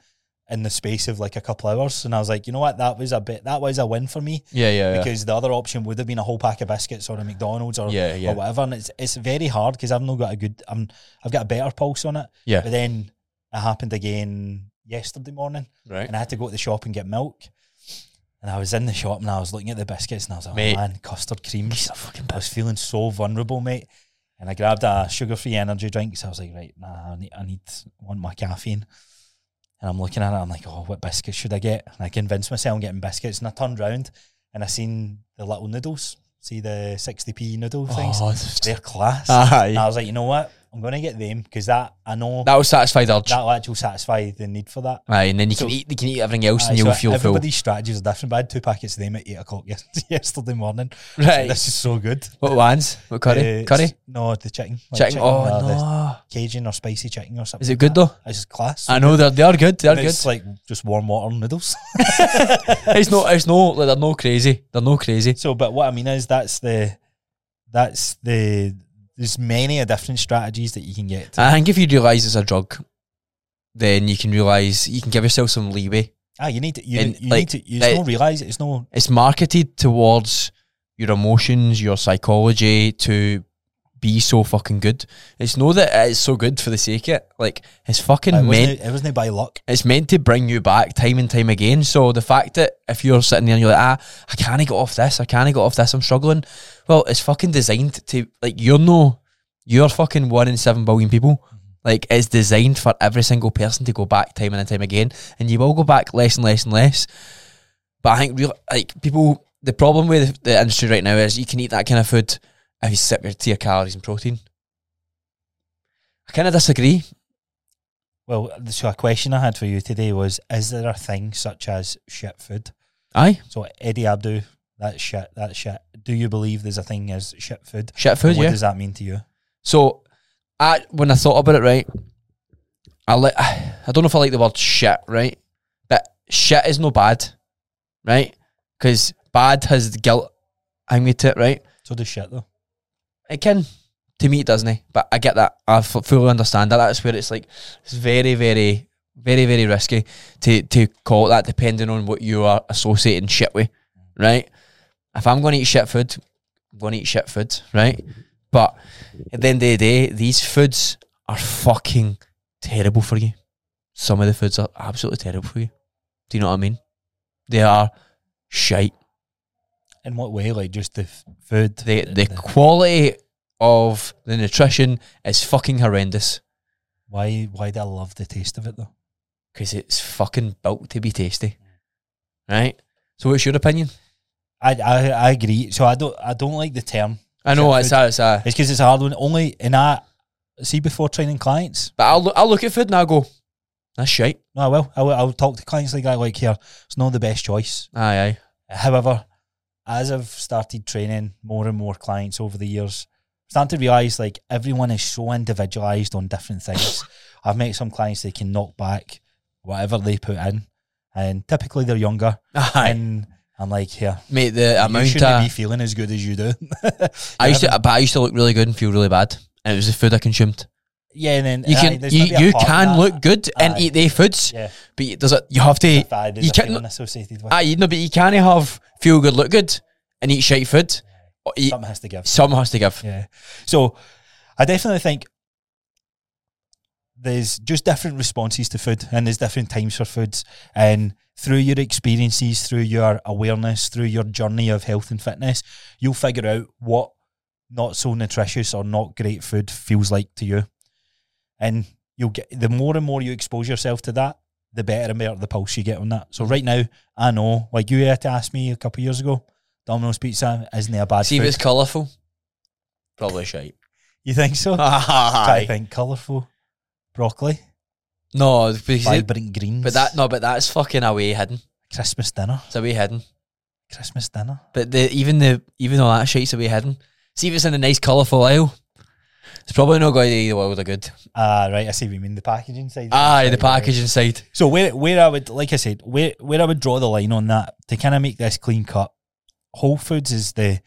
Speaker 1: in the space of like a couple hours. And I was like, you know what, that was a bit that was a win for me
Speaker 2: yeah, yeah, yeah.
Speaker 1: because the other option would have been a whole pack of biscuits or a McDonald's or,
Speaker 2: Yeah, yeah.
Speaker 1: or whatever. And it's it's very hard because I've not got a good I'm I've got a better pulse on it.
Speaker 2: Yeah.
Speaker 1: But then it happened again yesterday morning
Speaker 2: Right.
Speaker 1: and I had to go to the shop and get milk. And I was in the shop and I was looking at the biscuits and I was like,
Speaker 2: Mate.
Speaker 1: oh man, custard creams.
Speaker 2: Piece of fucking
Speaker 1: I was feeling so vulnerable, mate. And I grabbed a sugar-free energy drink. So I was like, right, nah, I need, I need, I want my caffeine. And I'm looking at it. I'm like, oh, what biscuits should I get? And I convinced myself I'm getting biscuits. And I turned round and I seen the little noodles. See the 60p noodle things.
Speaker 2: Oh, it's- Ah,
Speaker 1: They're class.
Speaker 2: Aye.
Speaker 1: And I was like, you know what? I'm gonna get them because that I know
Speaker 2: That was satisfied urge.
Speaker 1: that'll actually satisfy the need for that.
Speaker 2: Aye, and then you
Speaker 1: So-
Speaker 2: can eat. You can eat everything else,
Speaker 1: Aye,
Speaker 2: and you'll
Speaker 1: so
Speaker 2: feel full.
Speaker 1: everybody's strategies are different. But I had two packets of them at eight o'clock yes- yesterday morning.
Speaker 2: Right.
Speaker 1: This is so good.
Speaker 2: What ones? What curry?
Speaker 1: Uh,
Speaker 2: curry?
Speaker 1: s- No, the chicken. Like
Speaker 2: Chicken. Oh
Speaker 1: or the
Speaker 2: no.
Speaker 1: Cajun or spicy chicken or something.
Speaker 2: Is it
Speaker 1: like
Speaker 2: good
Speaker 1: that.
Speaker 2: though?
Speaker 1: It's just class.
Speaker 2: I know they're they are good. They are
Speaker 1: And
Speaker 2: good.
Speaker 1: it's like just warm water noodles.
Speaker 2: It's no. It's no. Like they're no crazy. They're no crazy.
Speaker 1: so, but what I mean is that's the that's
Speaker 2: Ah.
Speaker 1: the there's many a different strategies that you can get. To.
Speaker 2: I think if you realise it's a drug, then you can realise you can give yourself some leeway.
Speaker 1: Ah, you need you,
Speaker 2: And,
Speaker 1: you
Speaker 2: like,
Speaker 1: need to. You
Speaker 2: that-
Speaker 1: don't realize it. It's no.
Speaker 2: It's marketed towards your emotions, your psychology to be so fucking good. It's no that it's so good for the sake of it. Like it's fucking
Speaker 1: It
Speaker 2: meant
Speaker 1: wasn't, it wasn't by luck.
Speaker 2: it's meant to bring you back time and time again. So the fact that if you're sitting there and you're like, ah, I can't get off this, I can't get off this, I'm struggling. Well, it's fucking designed to like you're no, you're fucking one in seven billion people. Like it's designed for every single person to go back time and time again, and you will go back less and less and less. But I think real like people, the problem with the industry right now is you can eat that kind of food if you sip your to your calories and protein. I kind of disagree.
Speaker 1: Well, so a question I had for you today was: Is there a thing such as shit food?
Speaker 2: Aye,
Speaker 1: So Eddie Abdu, that shit, that shit. Do you believe there's a thing as shit food?
Speaker 2: shit
Speaker 1: And
Speaker 2: food.
Speaker 1: what
Speaker 2: yeah.
Speaker 1: does that mean to you?
Speaker 2: So, I when I thought about it, right, I like I don't know if I like the word shit, right, but shit is no bad, right? Because bad has the guilt hang with it, right?
Speaker 1: So does shit though.
Speaker 2: It can to me, it doesn't it? But I get that. I f- fully understand that. That's where it's like it's very, very, very, very risky to to call it that, depending on what you are associating shit with, right? If I'm going to eat shit food, I'm going to eat shit food, right? But at the end of the day, these foods are fucking terrible for you. Some of the foods are absolutely terrible for you. Do you know what I mean? They are shite
Speaker 1: In what way? Like just the f- food.
Speaker 2: the the quality of the nutrition is fucking horrendous
Speaker 1: why? Why do I love the taste of it though?
Speaker 2: because it's fucking built to be tasty, right? So, what's your opinion?
Speaker 1: I, I I agree. So I don't I don't like the term.
Speaker 2: I know
Speaker 1: Shit
Speaker 2: it's a, it's a,
Speaker 1: It's because it's a hard one. Only and I see before training clients.
Speaker 2: but I'll look, I'll look at food and I'll go, that's shite.
Speaker 1: No, I will. I will. I'll talk to clients like that. Like here, it's not the best choice.
Speaker 2: Aye, aye.
Speaker 1: However, as I've started training more and more clients over the years, I'm starting to realise like everyone is so individualised on different things. I've met some clients they can knock back whatever they put in, and typically they're younger.
Speaker 2: Aye,
Speaker 1: And I'm like, here,
Speaker 2: mate. The
Speaker 1: you
Speaker 2: amount
Speaker 1: shouldn't
Speaker 2: of
Speaker 1: be feeling as good as you do.
Speaker 2: I used to, but I used to look really good and feel really bad, and it was the food I consumed.
Speaker 1: yeah, and then
Speaker 2: You
Speaker 1: aye,
Speaker 2: can
Speaker 1: there's
Speaker 2: you,
Speaker 1: maybe a
Speaker 2: you
Speaker 1: part in
Speaker 2: can
Speaker 1: that.
Speaker 2: look good and
Speaker 1: Aye.
Speaker 2: eat the foods,
Speaker 1: yeah,
Speaker 2: but you- does it? You have to.
Speaker 1: if I, there's
Speaker 2: you
Speaker 1: a
Speaker 2: can't
Speaker 1: feeling
Speaker 2: look-
Speaker 1: associated with.
Speaker 2: Aye, you know, but you can't have feel good, look good, and eat shite food. Or eat-
Speaker 1: Something has to give.
Speaker 2: Some has to give.
Speaker 1: Yeah. So I definitely think there's just different responses to food and there's different times for foods. And through your experiences, through your awareness, through your journey of health and fitness, you'll figure out what not so nutritious or not great food feels like to you. And you'll get the more and more you expose yourself to that, the better and better the pulse you get on that. So right now, I know, like you had to ask me a couple of years ago, Domino's pizza isn't it a bad
Speaker 2: See
Speaker 1: food?
Speaker 2: if it's colourful. Probably shite.
Speaker 1: you think so? try to
Speaker 2: no,
Speaker 1: think colourful broccoli,
Speaker 2: because it-
Speaker 1: vibrant greens,
Speaker 2: but that no, but that's fucking away hidden.
Speaker 1: Christmas dinner,
Speaker 2: It's away hidden.
Speaker 1: Christmas dinner.
Speaker 2: But the even the even though that shite's away hidden, see if it's in a nice colourful aisle. It's probably not going to do the world a good.
Speaker 1: Ah, right. I see. what you mean the packaging side.
Speaker 2: Aye,
Speaker 1: Right,
Speaker 2: the
Speaker 1: right.
Speaker 2: packaging side.
Speaker 1: So where where I would like I said where where I would draw the line on that to kind of make this clean cut, Whole Foods is the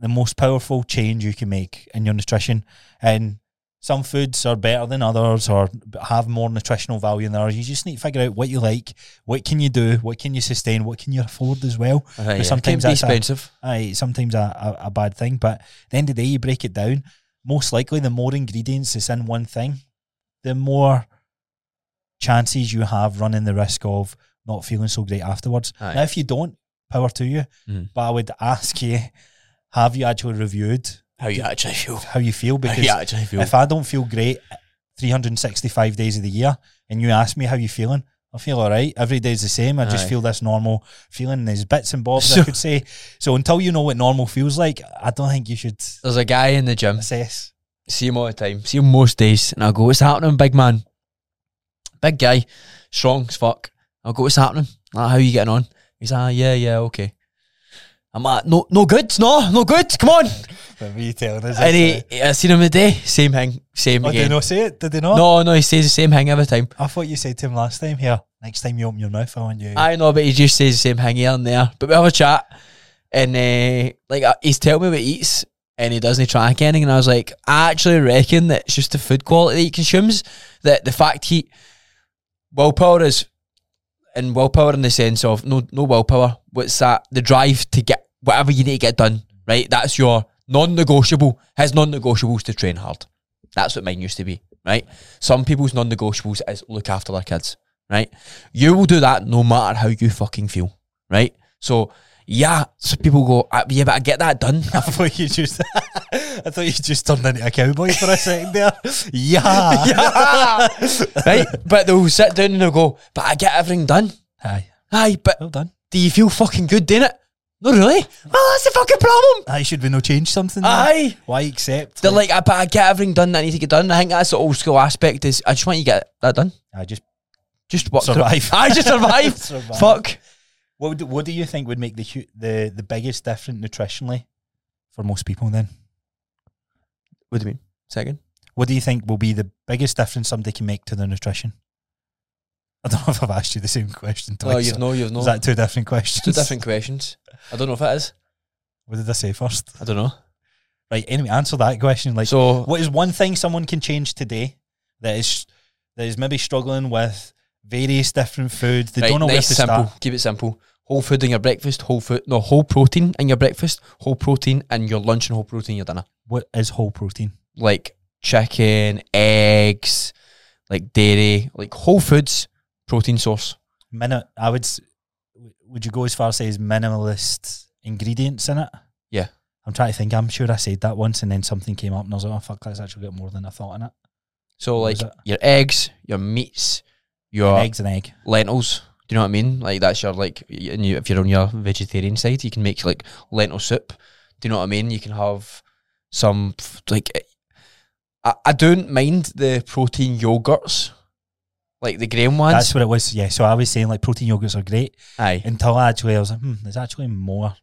Speaker 1: the most powerful change you can make in your nutrition, and some foods are better than others or have more nutritional value than others. You just need to figure out what you like, what can you do, what can you sustain, what can you afford as well.
Speaker 2: Aye, yeah.
Speaker 1: sometimes
Speaker 2: Can't be
Speaker 1: that's a-
Speaker 2: expensive.
Speaker 1: aye, it's sometimes a, a, a bad thing. But at the end of the day, you break it down. Most likely, the more ingredients is in one thing, the more chances you have running the risk of not feeling so great afterwards.
Speaker 2: Aye.
Speaker 1: Now, if you don't, power to you.
Speaker 2: Mm.
Speaker 1: But I would ask you, have you actually reviewed
Speaker 2: How you actually feel?
Speaker 1: how you feel?
Speaker 2: How
Speaker 1: Because
Speaker 2: you actually feel?
Speaker 1: if I don't feel great 365 days of the year and you ask me how you feeling, I feel all right. Every day's the same. I just
Speaker 2: Aye.
Speaker 1: feel this normal feeling. There's bits and bobs,
Speaker 2: So-
Speaker 1: I could say. So until you know what normal feels like, I don't think you should
Speaker 2: There's a guy in the gym.
Speaker 1: assess.
Speaker 2: See him all the time. See him most days, and I'll go, "What's happening, big man? Big guy, strong as fuck." I'll go, "What's happening? Ah, how you getting on?" He's ah, yeah, yeah, okay. I'm like, no, no good, no, no good. Come on.
Speaker 1: What were you telling us?
Speaker 2: And he, I seen him today. Same thing, same
Speaker 1: oh, did he
Speaker 2: uh, again.
Speaker 1: not say it? Did he not?
Speaker 2: No, no, he says the same thing every time.
Speaker 1: I thought you said to him last time here, next time you open your mouth, I want you.
Speaker 2: I know, but he just says the same thing here and there. But we have a chat, and uh, like uh, he's telling me what he eats, and he doesn't track anything. And I was like, I actually reckon that it's just the food quality that he consumes. That the fact he willpower is and willpower in the sense of no no willpower. What's that? The drive to get whatever you need to get done, right? That's your non-negotiable. His non-negotiables to train hard. That's what mine used to be, right? Some people's non-negotiables is look after their kids, right? You will do that no matter how you fucking feel, right? So yeah, so people go, "Ah, yeah, but I get that done.
Speaker 1: I thought you just, I thought you just turned into a cowboy for a second there. Yeah,
Speaker 2: yeah, right? But they'll sit down and they'll go, but I get everything done.
Speaker 1: Aye,
Speaker 2: Aye, but
Speaker 1: well done.
Speaker 2: do you feel fucking good doing it? Not really. Well, that's the fucking problem.
Speaker 1: Aye, should we no change something? there?
Speaker 2: Aye.
Speaker 1: Why accept?
Speaker 2: They're like, I, but I get everything done that I need to get done. I think that's the old school aspect is I just want you to get that done.
Speaker 1: I just
Speaker 2: Just what
Speaker 1: Survive.
Speaker 2: I just survive.
Speaker 1: Survive.
Speaker 2: Fuck.
Speaker 1: What would, what do you think would make the hu- the the biggest difference nutritionally for most people? Then,
Speaker 2: What do you mean? Second.
Speaker 1: what do you think will be the biggest difference somebody can make to their nutrition? I don't know if I've asked you the same question twice.
Speaker 2: No, you've no, you've no.
Speaker 1: Is that two different questions?
Speaker 2: Two different questions. I don't know if it is.
Speaker 1: What did I say first?
Speaker 2: I don't know.
Speaker 1: Right. Anyway, answer that question. Like,
Speaker 2: So
Speaker 1: what is one thing someone can change today that is that is maybe struggling with various different foods? They
Speaker 2: right,
Speaker 1: don't know where
Speaker 2: nice,
Speaker 1: to
Speaker 2: simple.
Speaker 1: start.
Speaker 2: Keep it simple. Whole food in your breakfast. Whole food. No, whole protein in your breakfast. Whole protein in your lunch and whole protein in your dinner.
Speaker 1: What is whole protein?
Speaker 2: like chicken, eggs, like dairy, like whole foods, protein source.
Speaker 1: Mini- I would. s- w- Would you go as far as say as minimalist ingredients in it?
Speaker 2: Yeah.
Speaker 1: I'm trying to think. I'm sure I said that once, and then something came up, and I was like, "Oh fuck, that's actually got more than I thought in it."
Speaker 2: So
Speaker 1: What
Speaker 2: like
Speaker 1: was it?
Speaker 2: your eggs, your meats, your
Speaker 1: Eggs and egg.
Speaker 2: lentils. Do you know what I mean? Like that's your like, y- and you, if you're on your vegetarian side, you can make like lentil soup. Do you know what I mean? You can have some f- like, I, I don't mind the protein yogurts, like the grain ones.
Speaker 1: That's what it was. Yeah. So I was saying like protein yogurts are great
Speaker 2: Aye,
Speaker 1: until actually I was like, "Hmm, there's actually more."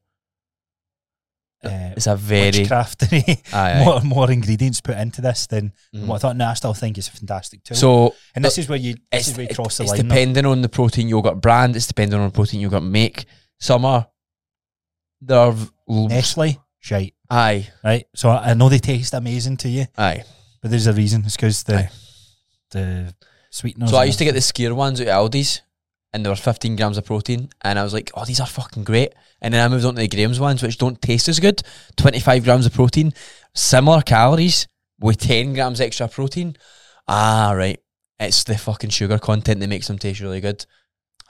Speaker 1: Uh,
Speaker 2: it's a very
Speaker 1: witchcraftery,
Speaker 2: aye, aye.
Speaker 1: more more ingredients put into this than
Speaker 2: Mhm.
Speaker 1: what I thought. No, I still think it's a fantastic tool.
Speaker 2: So
Speaker 1: and this is where you this
Speaker 2: it's,
Speaker 1: is where you
Speaker 2: it-
Speaker 1: cross the
Speaker 2: it's
Speaker 1: line. though.
Speaker 2: depending on the protein yogurt brand. It's depending on the protein yogurt make. Some are they're l-
Speaker 1: Nestle, shite,
Speaker 2: aye
Speaker 1: right? So I, I know they taste amazing to you,
Speaker 2: aye.
Speaker 1: But there's a reason. It's because the
Speaker 2: Aye.
Speaker 1: the sweeteners.
Speaker 2: so I
Speaker 1: and
Speaker 2: used to get the scare ones out of Aldi's, and they were fifteen grams of protein, and I was like, oh, these are fucking great. And then I moved on to the Graham's ones, which don't taste as good. Twenty five grams of protein, similar calories with ten grams extra protein. Ah, right. It's the fucking sugar content that makes them taste really good.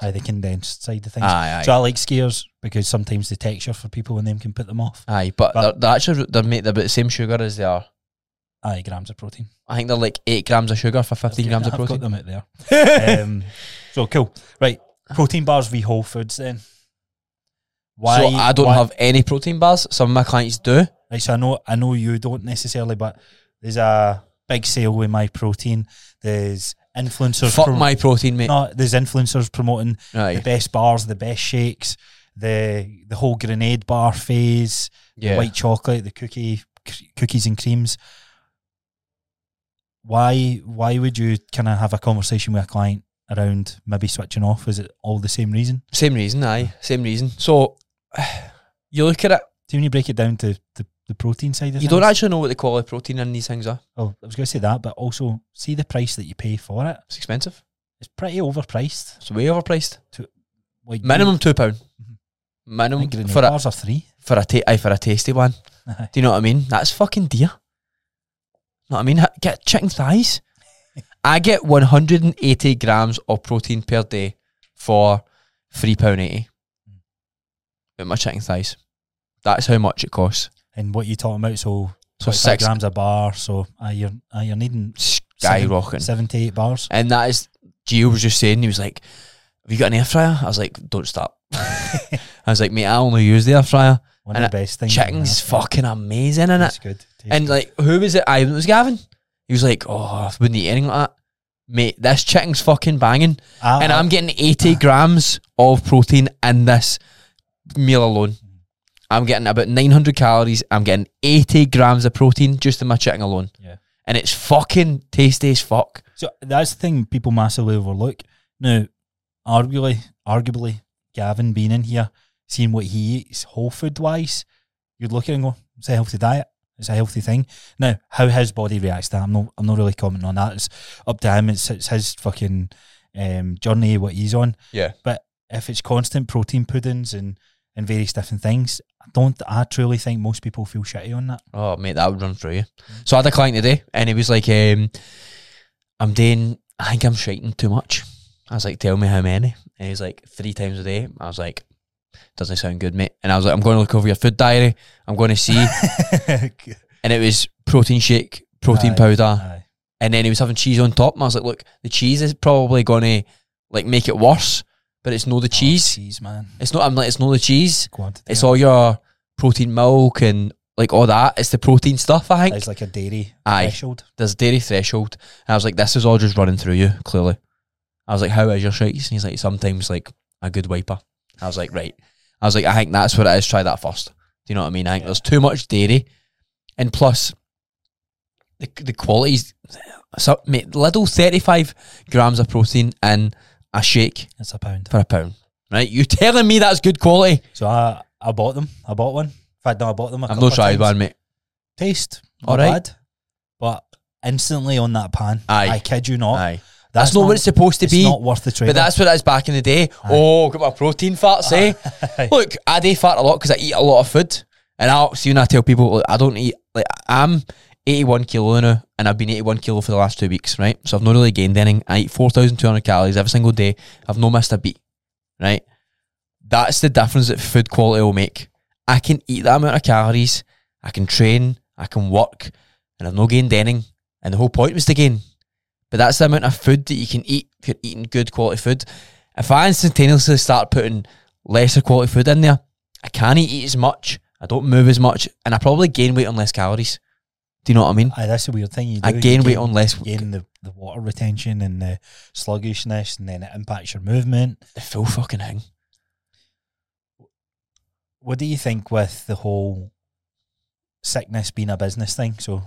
Speaker 1: aye, the condensed side of things.
Speaker 2: Aye, aye.
Speaker 1: So I like skiers because sometimes the texture for people and them can put them off.
Speaker 2: Aye, but,
Speaker 1: But-
Speaker 2: they're, they're actually they're made they're about the same sugar as they are.
Speaker 1: Aye, grams of protein.
Speaker 2: I think they're like eight grams of sugar for fifteen grams of
Speaker 1: I've got
Speaker 2: protein.
Speaker 1: them out there. um, so cool. Right, protein bars v whole foods then. Why?
Speaker 2: so I don't
Speaker 1: why-
Speaker 2: have any protein bars. Some of my clients do.
Speaker 1: Right, so I know I know you don't necessarily, but there's a big sale with my protein. There's influencers.
Speaker 2: Fuck
Speaker 1: pro-
Speaker 2: my protein, mate.
Speaker 1: No, there's influencers promoting the
Speaker 2: Aye.
Speaker 1: best bars, the best shakes, the the whole grenade bar phase,
Speaker 2: Yeah.
Speaker 1: white chocolate, the cookie cr- cookies and creams. Why why would you kind of have a conversation with a client around maybe switching off? Is it all the same reason?
Speaker 2: Same reason, aye. Same reason. So you look at it,
Speaker 1: See when you break it down to the, the protein side of
Speaker 2: you
Speaker 1: things.
Speaker 2: don't actually know what the quality of protein in these things are.
Speaker 1: oh, I was going to say that, but also see the price that you pay for it.
Speaker 2: It's expensive.
Speaker 1: It's pretty overpriced.
Speaker 2: It's way overpriced.
Speaker 1: Like
Speaker 2: Minimum two pound.
Speaker 1: Mhm. I
Speaker 2: Minimum
Speaker 1: think grenade
Speaker 2: for a
Speaker 1: bars are three.
Speaker 2: for a ta- aye, for a tasty one. Do you know what I mean? That's fucking dear. Know what I mean? Ha- Get chicken thighs. I get 180 grams of protein per day for three pound eighty. With my chicken thighs, that's how much it costs.
Speaker 1: and what you talking about? So
Speaker 2: So
Speaker 1: 25
Speaker 2: six
Speaker 1: grams a bar. So uh, you're uh, you're needing
Speaker 2: skyrocketing,
Speaker 1: seven to eight bars.
Speaker 2: and that is. Gio was just saying he was like, "Have you got an air fryer?" I was like, "Don't stop." I was like, "Mate, I only use the air fryer.
Speaker 1: One
Speaker 2: And
Speaker 1: of the best things. you can
Speaker 2: Chicken's
Speaker 1: have.
Speaker 2: fucking amazing in it."
Speaker 1: Tastes good. tastes
Speaker 2: And
Speaker 1: good.
Speaker 2: like, who was it? I it was Gavin. He was like, "Oh, I wouldn't eat anything like that, mate. This chicken's fucking banging,
Speaker 1: I,
Speaker 2: and I'm getting
Speaker 1: Uh-huh.
Speaker 2: 80 grams of protein in this meal alone.
Speaker 1: Mm-hmm.
Speaker 2: I'm getting about 900 calories. I'm getting 80 grams of protein just in my chicken alone.
Speaker 1: Yeah.
Speaker 2: and it's fucking tasty as fuck.
Speaker 1: so that's the thing people massively overlook. Now, arguably, arguably, Gavin being in here, seeing what he eats whole food wise, you'd look at it and go, "It's a healthy diet. It's a healthy thing." Now, how his body reacts to that, I'm not, I'm not really commenting on that. It's up to him. It's, it's his fucking um, journey, what he's on.
Speaker 3: Yeah.
Speaker 1: But if it's constant protein puddings and, and various different things, I don't, I truly think most people feel shitty on that.
Speaker 2: Oh, mate, that would run through you. So I had a client today, and he was like, um, "I'm doing. I think I'm shiting too much." I was like, "Tell me how many." And he's like, three times a day." I was like, "Doesn't sound good, mate." And I was like, "I'm going to look over your food diary. I'm going to see." and it was protein shake, protein
Speaker 1: Aye.
Speaker 2: powder,
Speaker 1: Aye. Oh,
Speaker 2: and then he was having cheese on top. And I was like, "Look, the cheese is probably going to like make it worse, but it's not the cheese.
Speaker 1: Oh, cheese, man.
Speaker 2: It's not. I'm like, it's not the cheese.
Speaker 1: Quantity.
Speaker 2: It's all your protein milk and." Like all that, it's the protein stuff. I think
Speaker 1: It's like a dairy
Speaker 2: Aye.
Speaker 1: threshold.
Speaker 2: there's dairy threshold. And I was like, this is all just running through you, clearly. I was like, how is your shakes? And he's like, sometimes like a good wiper. I was like, right. I was like, I think that's what it is. Try that first. Do you know what I mean? I think
Speaker 1: Yeah.
Speaker 2: there's too much dairy. And plus, the, the quality's. So, mate, little 35 grams of protein in a shake
Speaker 1: It's a pound.
Speaker 2: for a pound. Right? You telling me that's good quality?
Speaker 1: So I, I bought them. I bought one. In fact, no, I bought them. i
Speaker 2: I've not tried one, mate.
Speaker 1: Taste. Not
Speaker 2: All right.
Speaker 1: bad. But instantly on that pan.
Speaker 2: Aye.
Speaker 1: I kid you Oh, not.
Speaker 2: Aye. That's, not, what it's supposed to
Speaker 1: it's
Speaker 2: be.
Speaker 1: not worth the trade.
Speaker 2: But that's what it is back in the day. Oh, got my protein farts, eh? Look, I do fart a lot because I eat a lot of food. And I'll see when I tell people like, I don't eat, like, I'm 81 kilo now and I've been 81 kilo for the last two weeks, right? So I've not really gained anything. I eat 4,200 calories every single day. I've not missed a beat, right? That's the difference that food quality will make. I can eat that amount of calories. I can train. I can work. And I've not gained anything. And the whole point was to gain. But that's the amount of food that you can eat if you're eating good quality food. If I instantaneously start putting lesser quality food in there, I can't eat as much, I don't move as much, and I probably gain weight on less calories. Do you know what I mean?
Speaker 1: Aye, that's the weird thing. You do.
Speaker 2: I
Speaker 1: you
Speaker 2: gain weight on less
Speaker 1: gain the, the water retention and the sluggishness, and then it impacts your movement.
Speaker 2: the full fucking thing.
Speaker 1: What do you think with the whole sickness being a business thing? So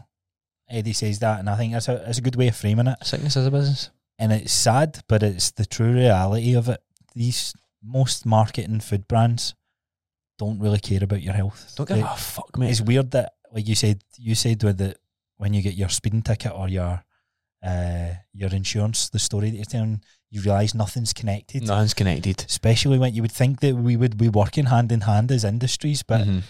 Speaker 1: Eddie says that, and I think that's a, that's a good way of framing it.
Speaker 2: Sickness is a business.
Speaker 1: and it's sad, but it's the true reality of it. These most marketing food brands don't really care about your health.
Speaker 2: Don't give
Speaker 1: They-
Speaker 2: a fuck, mate.
Speaker 1: It's weird that, like you said, you said with the when you get your speeding ticket or your uh, your insurance, the story that you're telling, you realise nothing's connected.
Speaker 2: Nothing's connected.
Speaker 1: Especially when you would think that we would be working hand in hand as industries, but
Speaker 2: Mhm.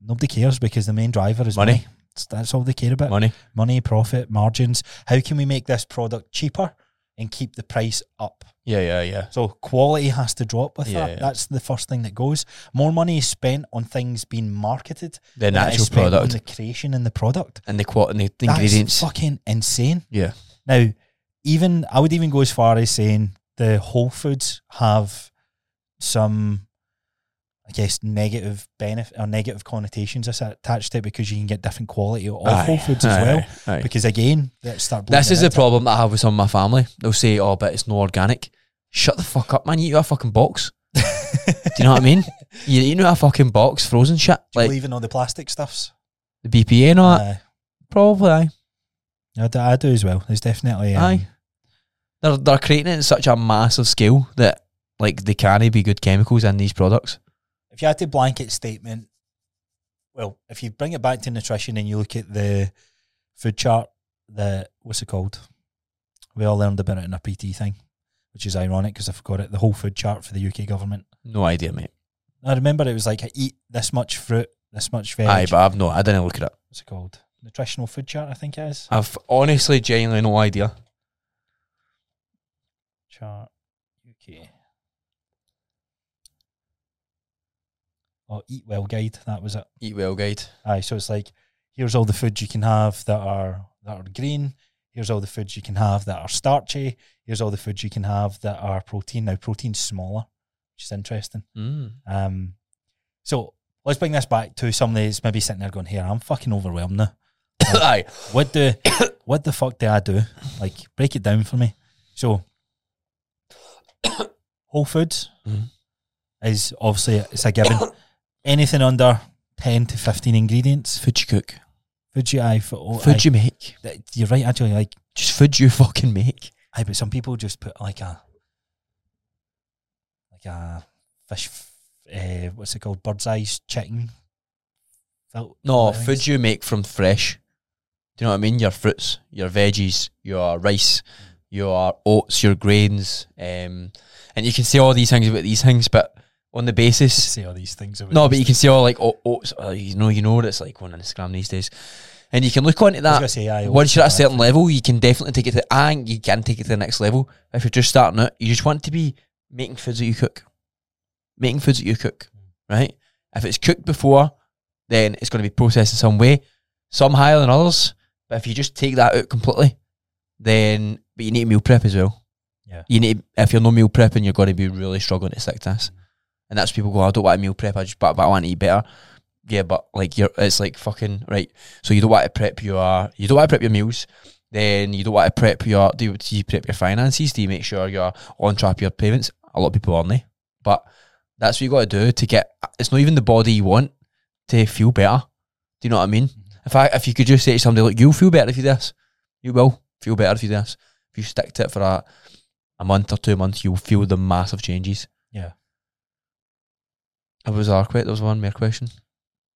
Speaker 1: nobody cares because the main driver is
Speaker 2: Money.
Speaker 1: money. It's- That's all they care about
Speaker 2: Money.
Speaker 1: money, profit, margins. How can we make this product cheaper and keep the price up?
Speaker 3: Yeah, yeah, yeah.
Speaker 1: So quality has to drop with
Speaker 3: Yeah,
Speaker 1: that.
Speaker 3: yeah.
Speaker 1: That's the first thing that goes. More money is spent on things being marketed
Speaker 2: The
Speaker 1: than it
Speaker 2: natural
Speaker 1: is spent
Speaker 2: product
Speaker 1: on the creation and the product.
Speaker 2: and the qual and the
Speaker 1: That's
Speaker 2: ingredients.
Speaker 1: fucking insane.
Speaker 3: Yeah.
Speaker 1: Now, even I would even go as far as saying the Whole Foods have some, I guess, negative benefit or negative connotations as- attached to it because you can get different quality of
Speaker 2: Aye,
Speaker 1: Whole Foods as
Speaker 2: aye,
Speaker 1: well.
Speaker 3: aye.
Speaker 1: Because again, let's start.
Speaker 2: This
Speaker 1: blowing
Speaker 2: is the
Speaker 1: it out.
Speaker 2: problem that I have with some of my family. They'll say, "Oh, but it's no organic." Shut the fuck up, man! You eat out of a fucking box. Do you know what I mean? You eat out of a fucking box, frozen shit,
Speaker 1: Do you
Speaker 2: like
Speaker 1: believe in all the plastic stuffs?
Speaker 2: the BPA and all that.
Speaker 1: Aye.
Speaker 2: Probably, aye.
Speaker 1: I do, I do as well. There's definitely um,
Speaker 2: Aye. They're they're creating it in such a massive scale that like they can't be good chemicals in these products.
Speaker 1: If you had to blanket statement, well, if you bring it back to nutrition and you look at the food chart, the what's it called? We all learned about it in a PT thing, which is ironic because I forgot it. The whole food chart for the UK government.
Speaker 2: No idea, mate.
Speaker 1: I remember it was like eat this much fruit, this much veg.
Speaker 2: Aye, but I've no. I didn't look at it.
Speaker 1: what's it called? Nutritional food chart, I think it is.
Speaker 2: I've honestly, genuinely no idea.
Speaker 1: Chart UK. Oh, eat well guide. That was it.
Speaker 2: Eat well, guide.
Speaker 1: Aye, so it's like here's all the foods you can have that are that are green. Here's all the foods you can have that are starchy. Here's all the foods you can have that are protein. Now protein's smaller, which is interesting.
Speaker 2: Mm.
Speaker 1: Um, so let's bring this back to somebody that's maybe sitting there going, "Here, I'm fucking overwhelmed now.
Speaker 2: aye.
Speaker 1: What the what the fuck do I do? Like, break it down for me." So, Whole Foods
Speaker 2: Mhm.
Speaker 1: is obviously it's a given. Anything under ten to fifteen ingredients.
Speaker 2: Food you cook.
Speaker 1: Food you, aye, for, oh,
Speaker 2: Food
Speaker 1: aye.
Speaker 2: you make.
Speaker 1: Th- You're right, actually. Like,
Speaker 2: Just food you fucking make.
Speaker 1: aye, but some people just put like a, like a fish, uh, what's it called? Bird's eyes chicken. fil-
Speaker 2: No,
Speaker 1: fillets.
Speaker 2: food you make from fresh. Do you know what I mean? Your fruits, your veggies, your rice, your oats, your grains, um, and you can say all these things about these things, but on the basis
Speaker 1: Say all these things about
Speaker 2: no,
Speaker 1: these
Speaker 2: but you can see all like oh, oh it's- uh, you know, you know what it's like on Instagram these days, and you can look onto
Speaker 1: I was
Speaker 2: that.
Speaker 1: gonna say, aye,
Speaker 2: Once you're at a
Speaker 1: aye.
Speaker 2: certain level, you can definitely take it to. I think you can take it to the next level. If you're just starting out, you just want to be making foods that you cook, making foods that you cook, right? If it's cooked before, then it's going to be processed in some way, some higher than others. But if you just take that out completely, then but you need meal prep as well.
Speaker 1: Yeah.
Speaker 2: You need if you're no meal prepping, you're going to be really struggling to stick to this. And that's people go, I don't want to meal prep. I just but, but I want to eat better. Yeah, but like you're, it's like fucking right. So you don't want to prep your you don't want to prep your meals. Then you don't want to prep your do you, do you prep your finances? Do you make sure you're on track of your payments? A lot of people aren't they, but that's what you got to do to get. It's not even the body you want to feel better. Do you know what I mean? If I if you could just say to somebody, look, you'll feel better if you do this. You will feel better if you do this. If you stick to it for a a month or two months, you'll feel the massive changes.
Speaker 1: Yeah.
Speaker 2: That was our question. There was one more question.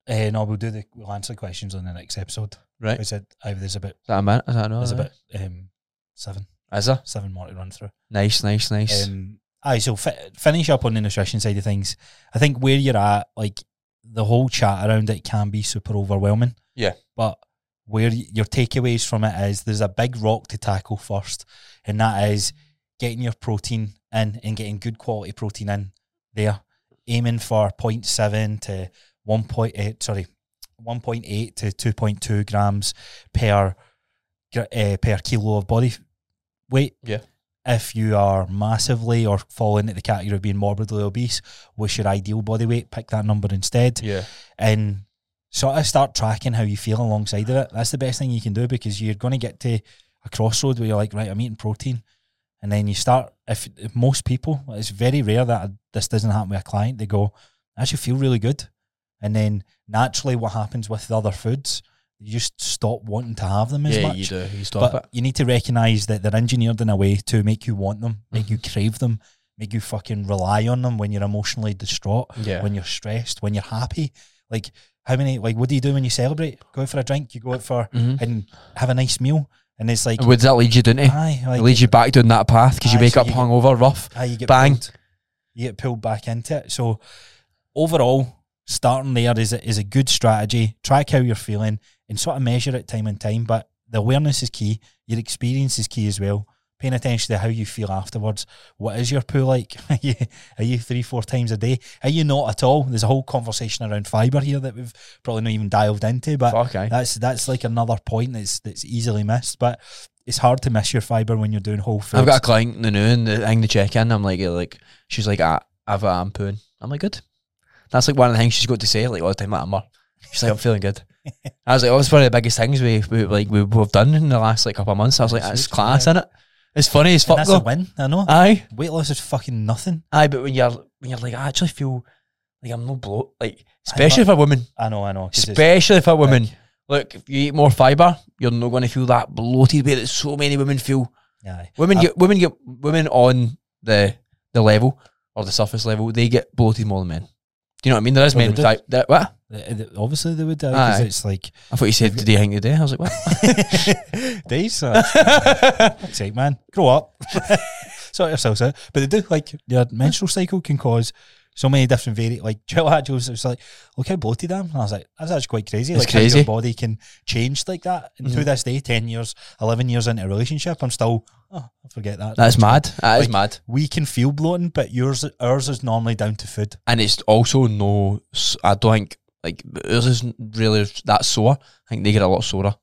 Speaker 1: Eh, no, we'll do the we'll answer questions on the next episode.
Speaker 2: Right.
Speaker 1: I said aye, there's about
Speaker 2: Is that a minute? Is that another?
Speaker 1: there's about
Speaker 2: minute?
Speaker 1: um, seven
Speaker 2: Is there?
Speaker 1: seven more to run through.
Speaker 2: Nice, nice, nice.
Speaker 1: Um, aye, so fi- finish up on the nutrition side of things. I think where you're at, like the whole chat around it can be super overwhelming.
Speaker 2: Yeah.
Speaker 1: But where y- your takeaways from it is there's a big rock to tackle first, and that is getting your protein in and getting good quality protein in there, aiming for 0.7 to 1.8, sorry, 1.8 to 2.2 grams per gr- eh, per kilo of body f- weight.
Speaker 2: Yeah.
Speaker 1: If you are massively or fall into the category of being morbidly obese, what's your ideal body weight? Pick that number instead
Speaker 2: yeah.
Speaker 1: and sort of start tracking how you feel alongside of it. That's the best thing you can do because you're going to get to a crossroad where you're like, right, I'm eating protein. And then you start, if, if most people, it's very rare that a- this doesn't happen with a client, they go, I actually feel really good. And then naturally, what happens with the other foods, you just stop wanting to have them as
Speaker 2: Yeah,
Speaker 1: much
Speaker 2: you do. You stop
Speaker 1: but
Speaker 2: it.
Speaker 1: you need to recognise that they're engineered in a way to make you want them, make you
Speaker 2: Mm-hmm.
Speaker 1: crave them, make you fucking rely on them when you're emotionally distraught,
Speaker 2: Yeah.
Speaker 1: when you're stressed, when you're happy. Like how many like what do you do when you celebrate? Go out for a drink, you go out for
Speaker 2: Mhm.
Speaker 1: and have a nice meal and it's like
Speaker 2: Would that lead you, didn't it?
Speaker 1: aye,
Speaker 2: It
Speaker 1: like
Speaker 2: leads you back down that path because you
Speaker 1: Aye,
Speaker 2: wake
Speaker 1: so
Speaker 2: up
Speaker 1: you-
Speaker 2: hungover, rough.
Speaker 1: aye, Ah, you get
Speaker 2: bang.
Speaker 1: pulled- you get pulled back into it. So overall, starting there is a, is a good strategy. Track how you're feeling and sort of measure it time and time. But the awareness is key. Your experience is key as well. Paying attention to how you feel afterwards. What is your poo like? Are you, are you three, four times a day? Are you not at all? There's a whole conversation around fibre here that we've probably not even dialed into, but
Speaker 2: Fuck, aye.
Speaker 1: that's that's like another point that's that's easily missed. But it's hard to miss your fibre when you're doing whole foods.
Speaker 2: I've got a client in the noon, the thing the check in. I'm like, uh, like she's like, ah, I've a pooing. I'm like, good. That's like one of the things she's got to say like all the time. Like, I'm, uh, she's like, I'm feeling good. I was like, oh, it's one of the biggest things we, we like we, we've done in the last like couple of months. I was like,
Speaker 1: That's
Speaker 2: that's
Speaker 1: huge,
Speaker 2: class,
Speaker 1: yeah.
Speaker 2: innit? It's funny as
Speaker 1: And
Speaker 2: fuck
Speaker 1: that's a
Speaker 2: though.
Speaker 1: win, I know.
Speaker 2: Aye,
Speaker 1: Weight loss is fucking nothing.
Speaker 2: aye, but when you're when you're like, I actually feel like I'm no bloat. Like especially for women,
Speaker 1: I know, I know. 'cause it's-
Speaker 2: especially for women. Look, if you eat more fiber, you're not going to feel that bloated way that so many women feel.
Speaker 1: aye.
Speaker 2: Women
Speaker 1: Uh,
Speaker 2: get women get women on the the level or the surface level. They get bloated more than men. Oh, Do you know what I mean? There is
Speaker 1: Well,
Speaker 2: men
Speaker 1: they do.
Speaker 2: without that. What
Speaker 1: th- th- Obviously, they would because
Speaker 2: Aye.
Speaker 1: it's like
Speaker 2: I thought you said today hang today. I was like, what?
Speaker 1: days. Uh, fuck's sake, man, grow up. sort yourselves out. But they do like your menstrual cycle can cause so many different vari Like Jill Hatch was was like, look how bloated I am. And I was like, that's actually quite crazy.
Speaker 2: It's
Speaker 1: like how
Speaker 2: crazy.
Speaker 1: your body can change like that. And to
Speaker 2: Mhm.
Speaker 1: this day, ten years, eleven years into a relationship, I'm still. Oh, I forget that.
Speaker 2: That's mad. That is
Speaker 1: Like-
Speaker 2: mad.
Speaker 1: We can feel bloating, but yours, ours is normally down to food.
Speaker 2: And it's also no. s- I don't think like ours isn't really that sore. I think they get a lot sorer.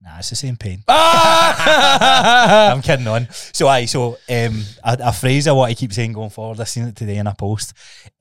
Speaker 1: Nah, it's the same pain.
Speaker 2: Ah!
Speaker 1: I'm kidding on. So I so um a, a phrase I want to keep saying going forward. I seen it today in a post.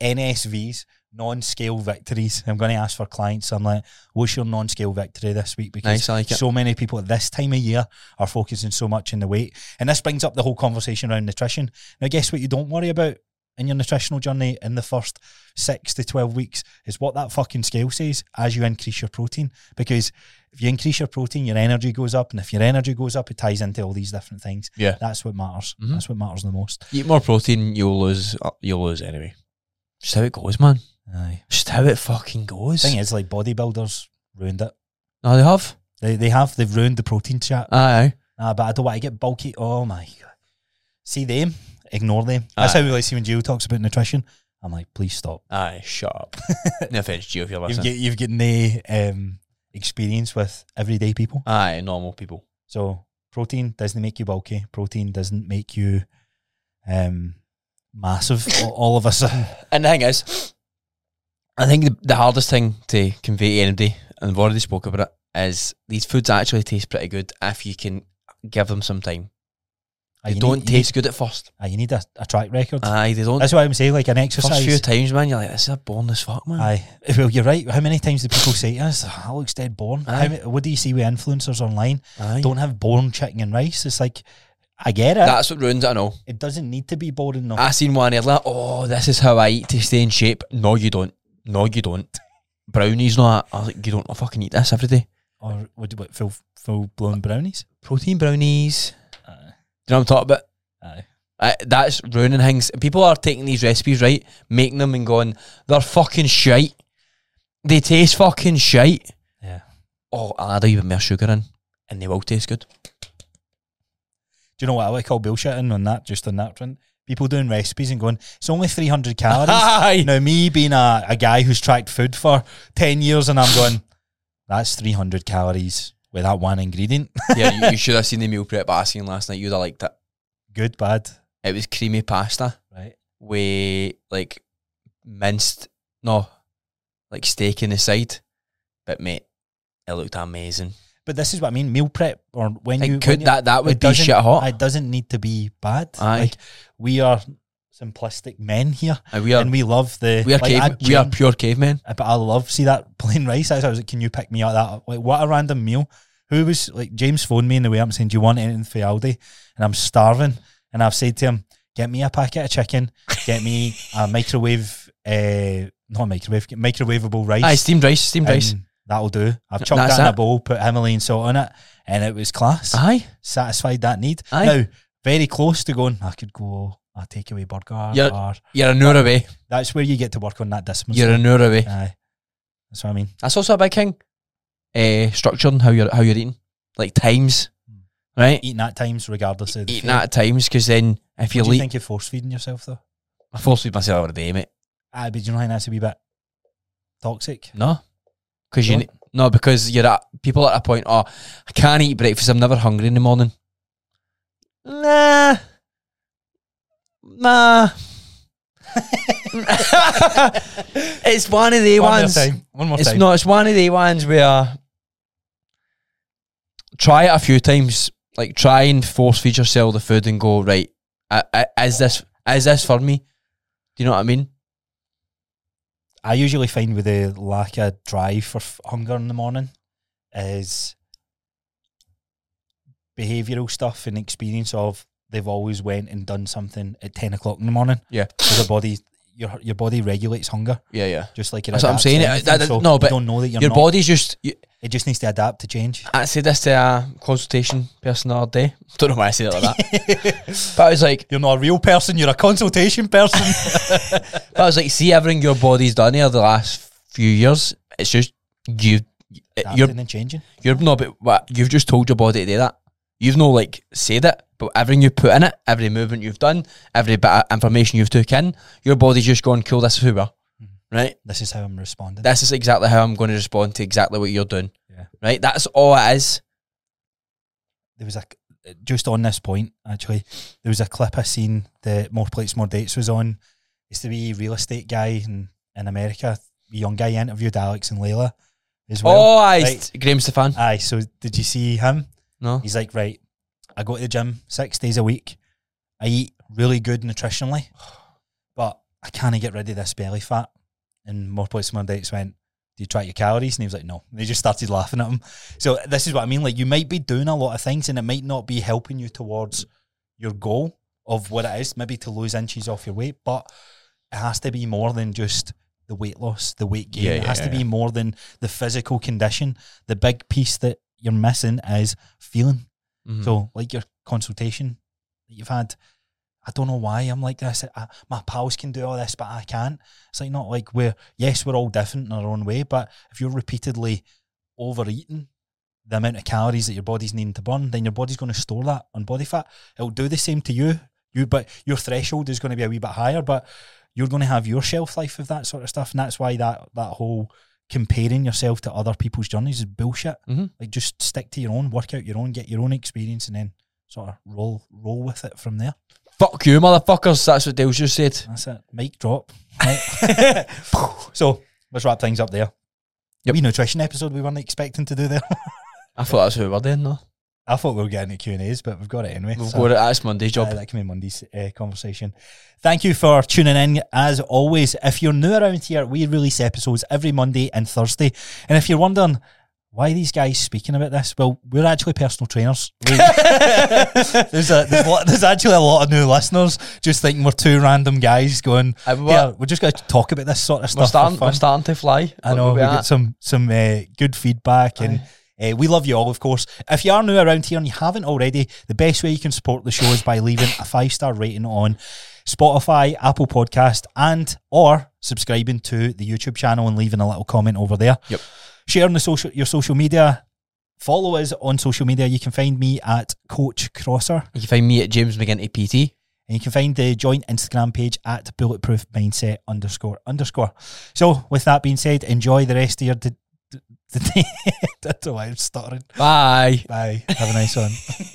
Speaker 1: NSVs, non-scale victories. I'm going to ask for clients. I'm like, what's your non-scale victory this week? Because
Speaker 2: Nice, I like it.
Speaker 1: so many people at this time of year are focusing so much on the weight, and this brings up the whole conversation around nutrition. Now, guess what? You don't worry about in your nutritional journey in the first six to 12 weeks is what that fucking scale says as you increase your protein. Because if you increase your protein, your energy goes up. And if your energy goes up, it ties into all these different things.
Speaker 2: Yeah.
Speaker 1: That's what matters.
Speaker 2: Mhm.
Speaker 1: That's what matters the most.
Speaker 2: Eat more protein, you'll lose. uh, You'll lose anyway. Just how it goes, man.
Speaker 1: Aye.
Speaker 2: Just how it fucking goes.
Speaker 1: Thing is, like bodybuilders ruined it.
Speaker 2: No, they have.
Speaker 1: They, they have, they've ruined the protein chat.
Speaker 2: Aye, aye.
Speaker 1: Nah, Uh, but I don't want to get bulky. Oh my god. See them, ignore them. That's
Speaker 2: Aye.
Speaker 1: how we like see when Jill talks about nutrition. I'm like, please stop.
Speaker 2: Aye, shut up. no offense, Gio, if you're
Speaker 1: You've
Speaker 2: listening.
Speaker 1: got you've got no um, experience with everyday people.
Speaker 2: Aye, normal people.
Speaker 1: So protein doesn't make you bulky. Protein doesn't make you um, massive all, all of a sudden.
Speaker 2: And the thing is, I think the, the hardest thing to convey to anybody, and we've already spoke about it, is these foods actually taste pretty good if you can give them some time.
Speaker 1: Ah,
Speaker 2: They
Speaker 1: you
Speaker 2: don't
Speaker 1: need,
Speaker 2: taste good at first.
Speaker 1: You need, ah, you need a, a track record.
Speaker 2: Aye, they don't.
Speaker 1: That's why I'm saying like an
Speaker 2: First few
Speaker 1: exercise.
Speaker 2: times, man, you're like, this is a boring as fuck, man.
Speaker 1: Aye. Well, you're right. How many times do people say to us, "Ah, looks dead born?
Speaker 2: Aye.
Speaker 1: How, ma- what do you see with influencers online?
Speaker 2: Aye.
Speaker 1: Don't have born chicken and rice. It's like, I get it.
Speaker 2: That's what ruins it, I know.
Speaker 1: it doesn't need to be boring enough.
Speaker 2: I seen one earlier, oh, this is how I eat to stay in shape. No, you don't. No, you don't. Brownies, not. I was like, you don't fucking eat this every day.
Speaker 1: or what, do- what full, full blown brownies?
Speaker 2: Protein brownies.
Speaker 1: Aye.
Speaker 2: Do you know what I'm talking about?
Speaker 1: Aye.
Speaker 2: Uh, that's ruining things. People are taking these recipes, right? Making them and going, they're fucking shite. They taste fucking shite.
Speaker 1: Yeah.
Speaker 2: Oh, I'll add even more sugar in and they will taste good.
Speaker 1: Do you know what I like all bullshitting on that, just on that front? People doing recipes and going, it's only 300 calories. now, me being a, a guy who's tracked food for 10 years and I'm going, that's 300 calories with that one ingredient.
Speaker 2: yeah, you, you should have seen the meal prep I seen last night. You'd have liked it.
Speaker 1: Good, bad.
Speaker 2: It was creamy pasta
Speaker 1: Right.
Speaker 2: with like minced, no, like steak in the side. But mate, it looked amazing.
Speaker 1: But this is what I mean meal prep or when
Speaker 2: Like,
Speaker 1: you. when
Speaker 2: could
Speaker 1: you-
Speaker 2: that that would
Speaker 1: it
Speaker 2: be
Speaker 1: doesn't-
Speaker 2: shit hot?
Speaker 1: It doesn't need to be bad.
Speaker 2: Aye.
Speaker 1: Like, we are simplistic men here
Speaker 2: And we are
Speaker 1: and we love the.
Speaker 2: we are
Speaker 1: like,
Speaker 2: cave,
Speaker 1: I
Speaker 2: we are
Speaker 1: gen-
Speaker 2: pure cavemen.
Speaker 1: Uh, But I love see that plain rice. That's- I was like, can you pick me up that up? Like what a random meal. Who was like James phoned me in the way I'm saying, Do you want anything for Aldi? And I'm starving. And I've said to him, Get me a packet of chicken, get me a microwave uh not microwave, get microwavable rice.
Speaker 2: Aye, steamed rice, steamed rice.
Speaker 1: and That'll do. I've chucked
Speaker 2: That's
Speaker 1: that in a
Speaker 2: it.
Speaker 1: bowl, put Himalayan salt on it, and it was class.
Speaker 2: Aye.
Speaker 1: Satisfied that need.
Speaker 2: Aye.
Speaker 1: Now, very close to going, I could go a takeaway burger
Speaker 2: Yeah.
Speaker 1: or
Speaker 2: You're an hour away.
Speaker 1: that's where you get to work on that discipline.
Speaker 2: You're an hour away.
Speaker 1: Aye. That's what I mean.
Speaker 2: That's also a big thing. Uh, structure and how you're how you're eating, like times, right?
Speaker 1: eating at times, regardless of Hmm. the
Speaker 2: Eating
Speaker 1: food.
Speaker 2: at times because then if
Speaker 1: Do
Speaker 2: you're
Speaker 1: you
Speaker 2: late,
Speaker 1: think you're force feeding yourself though?
Speaker 2: I force feed myself every day, mate.
Speaker 1: Ah, but do you know how that's a wee bit toxic?
Speaker 2: No, because you
Speaker 1: Don't?
Speaker 2: ne- no because you're at people are at a point. Oh, I can't eat breakfast. I'm never hungry in the morning. Nah, nah. it's one of the
Speaker 1: One more
Speaker 2: ones.
Speaker 1: time. One more
Speaker 2: it's
Speaker 1: time.
Speaker 2: not. It's one of the ones where try it a few times. Like try and force feed yourself the food and go right. I, I, is this is this for me? Do you know what I mean?
Speaker 1: I usually find with the lack of drive for f- hunger in the morning is behavioural stuff and experience of they've always went and done something at ten o'clock in the morning.
Speaker 2: Yeah.
Speaker 1: because the body. Your, your body regulates hunger
Speaker 2: Yeah, yeah.
Speaker 1: just like it
Speaker 2: That's what I'm
Speaker 1: adapts
Speaker 2: saying.
Speaker 1: to
Speaker 2: It-
Speaker 1: anything,
Speaker 2: that- that-
Speaker 1: so
Speaker 2: no,
Speaker 1: you
Speaker 2: but
Speaker 1: don't know that you're
Speaker 2: Your
Speaker 1: not-
Speaker 2: body's just. You,
Speaker 1: It just needs to adapt to change.
Speaker 2: I said this to a consultation person the other day. Don't know why I said it like that, but I was like,
Speaker 1: You're not a real person. You're a consultation person.
Speaker 2: but I was like, see everything your body's done here the last few years. It's just you. You're
Speaker 1: adapting and changing.
Speaker 2: You're no, but what you've just told your body to do that. You've no like said it, but everything you put in it, every movement you've done, every bit of information you've took in, your body's just going, "Cool, this is who we are." Right.
Speaker 1: This is how I'm responding.
Speaker 2: This is exactly how I'm going to respond to exactly what you're doing.
Speaker 1: Yeah.
Speaker 2: Right. That's all it is.
Speaker 1: there was a c- just on this point actually. There was a clip I seen that more plates, more dates was on. It's the wee real estate guy in, in America. The young guy interviewed Alex and Layla as well.
Speaker 2: oh, I
Speaker 1: right.
Speaker 2: Graham Stefan.
Speaker 1: Aye, so did you see him?
Speaker 2: No.
Speaker 1: He's like, right, I go to the gym six days a week. I eat really good nutritionally, but I can't get rid of this belly fat. And more places on dates went, Do you track your calories? And he was like, No. And they just started laughing at him. So this is what I mean. Like you might be doing a lot of things and it might not be helping you towards your goal of what it is, maybe to lose inches off your weight, but it has to be more than just the weight loss, the weight gain.
Speaker 2: Yeah,
Speaker 1: it
Speaker 2: yeah,
Speaker 1: has to
Speaker 2: yeah,
Speaker 1: be more than the physical condition. The big piece that you're missing is feeling.
Speaker 2: Mhm.
Speaker 1: So, like your consultation that you've had, I don't know why I'm like this. I, my pals can do all this, but I can't. It's like not like we're yes, we're all different in our own way, but if you're repeatedly overeating, the amount of calories that your body's needing to burn, then your body's going to store that on body fat. It'll do the same to you. You but your threshold is going to be a wee bit higher, but you're going to have your shelf life of that sort of stuff. And that's why that that whole comparing yourself to other people's journeys is bullshit.
Speaker 2: Mhm.
Speaker 1: Like just stick to your own, work out your own, get your own experience and then sort of roll roll with it from there.
Speaker 2: Fuck you, motherfuckers. That's what Dale's just said.
Speaker 1: That's it. Mic drop. Right. so let's wrap things up there.
Speaker 2: Yep.
Speaker 1: Wee nutrition episode we weren't expecting to do there.
Speaker 2: I thought that's what we were doing, though.
Speaker 1: I thought we were getting the Q and A's, but we've got it anyway.
Speaker 2: We've
Speaker 1: so-
Speaker 2: got it. That's Monday's job.
Speaker 1: Aye, that can be Monday's uh, conversation. Thank you for tuning in. As always, if you're new around here, we release episodes every Monday and Thursday. And if you're wondering why are these guys speaking about this, well, we're actually personal trainers. We- there's a, there's, lo- there's actually a lot of new listeners just thinking we're two random guys going.
Speaker 2: Uh, we're-
Speaker 1: Yeah, we're just going to talk about this sort of stuff.
Speaker 2: we're,
Speaker 1: for
Speaker 2: starting,
Speaker 1: fun."
Speaker 2: we're starting to fly.
Speaker 1: I know we
Speaker 2: We'll be
Speaker 1: get
Speaker 2: at-
Speaker 1: some some uh, good feedback and. Uh, we love you all, of course. If you are new around here and you haven't already, the best way you can support the show is by leaving a five star rating on Spotify, Apple Podcast, and or subscribing to the YouTube channel and leaving a little comment over there.
Speaker 2: Yep.
Speaker 1: Share on the social your social media. Follow us on social media. You can find me at Coach Crosser,
Speaker 2: You can find me at James McGinty PT.
Speaker 1: and you can find the joint Instagram page at Bulletproof Mindset underscore underscore. So, with that being said, enjoy the rest of your d- d- d- day. That's why I'm stuttering.
Speaker 2: Bye.
Speaker 1: Bye. Have a nice one.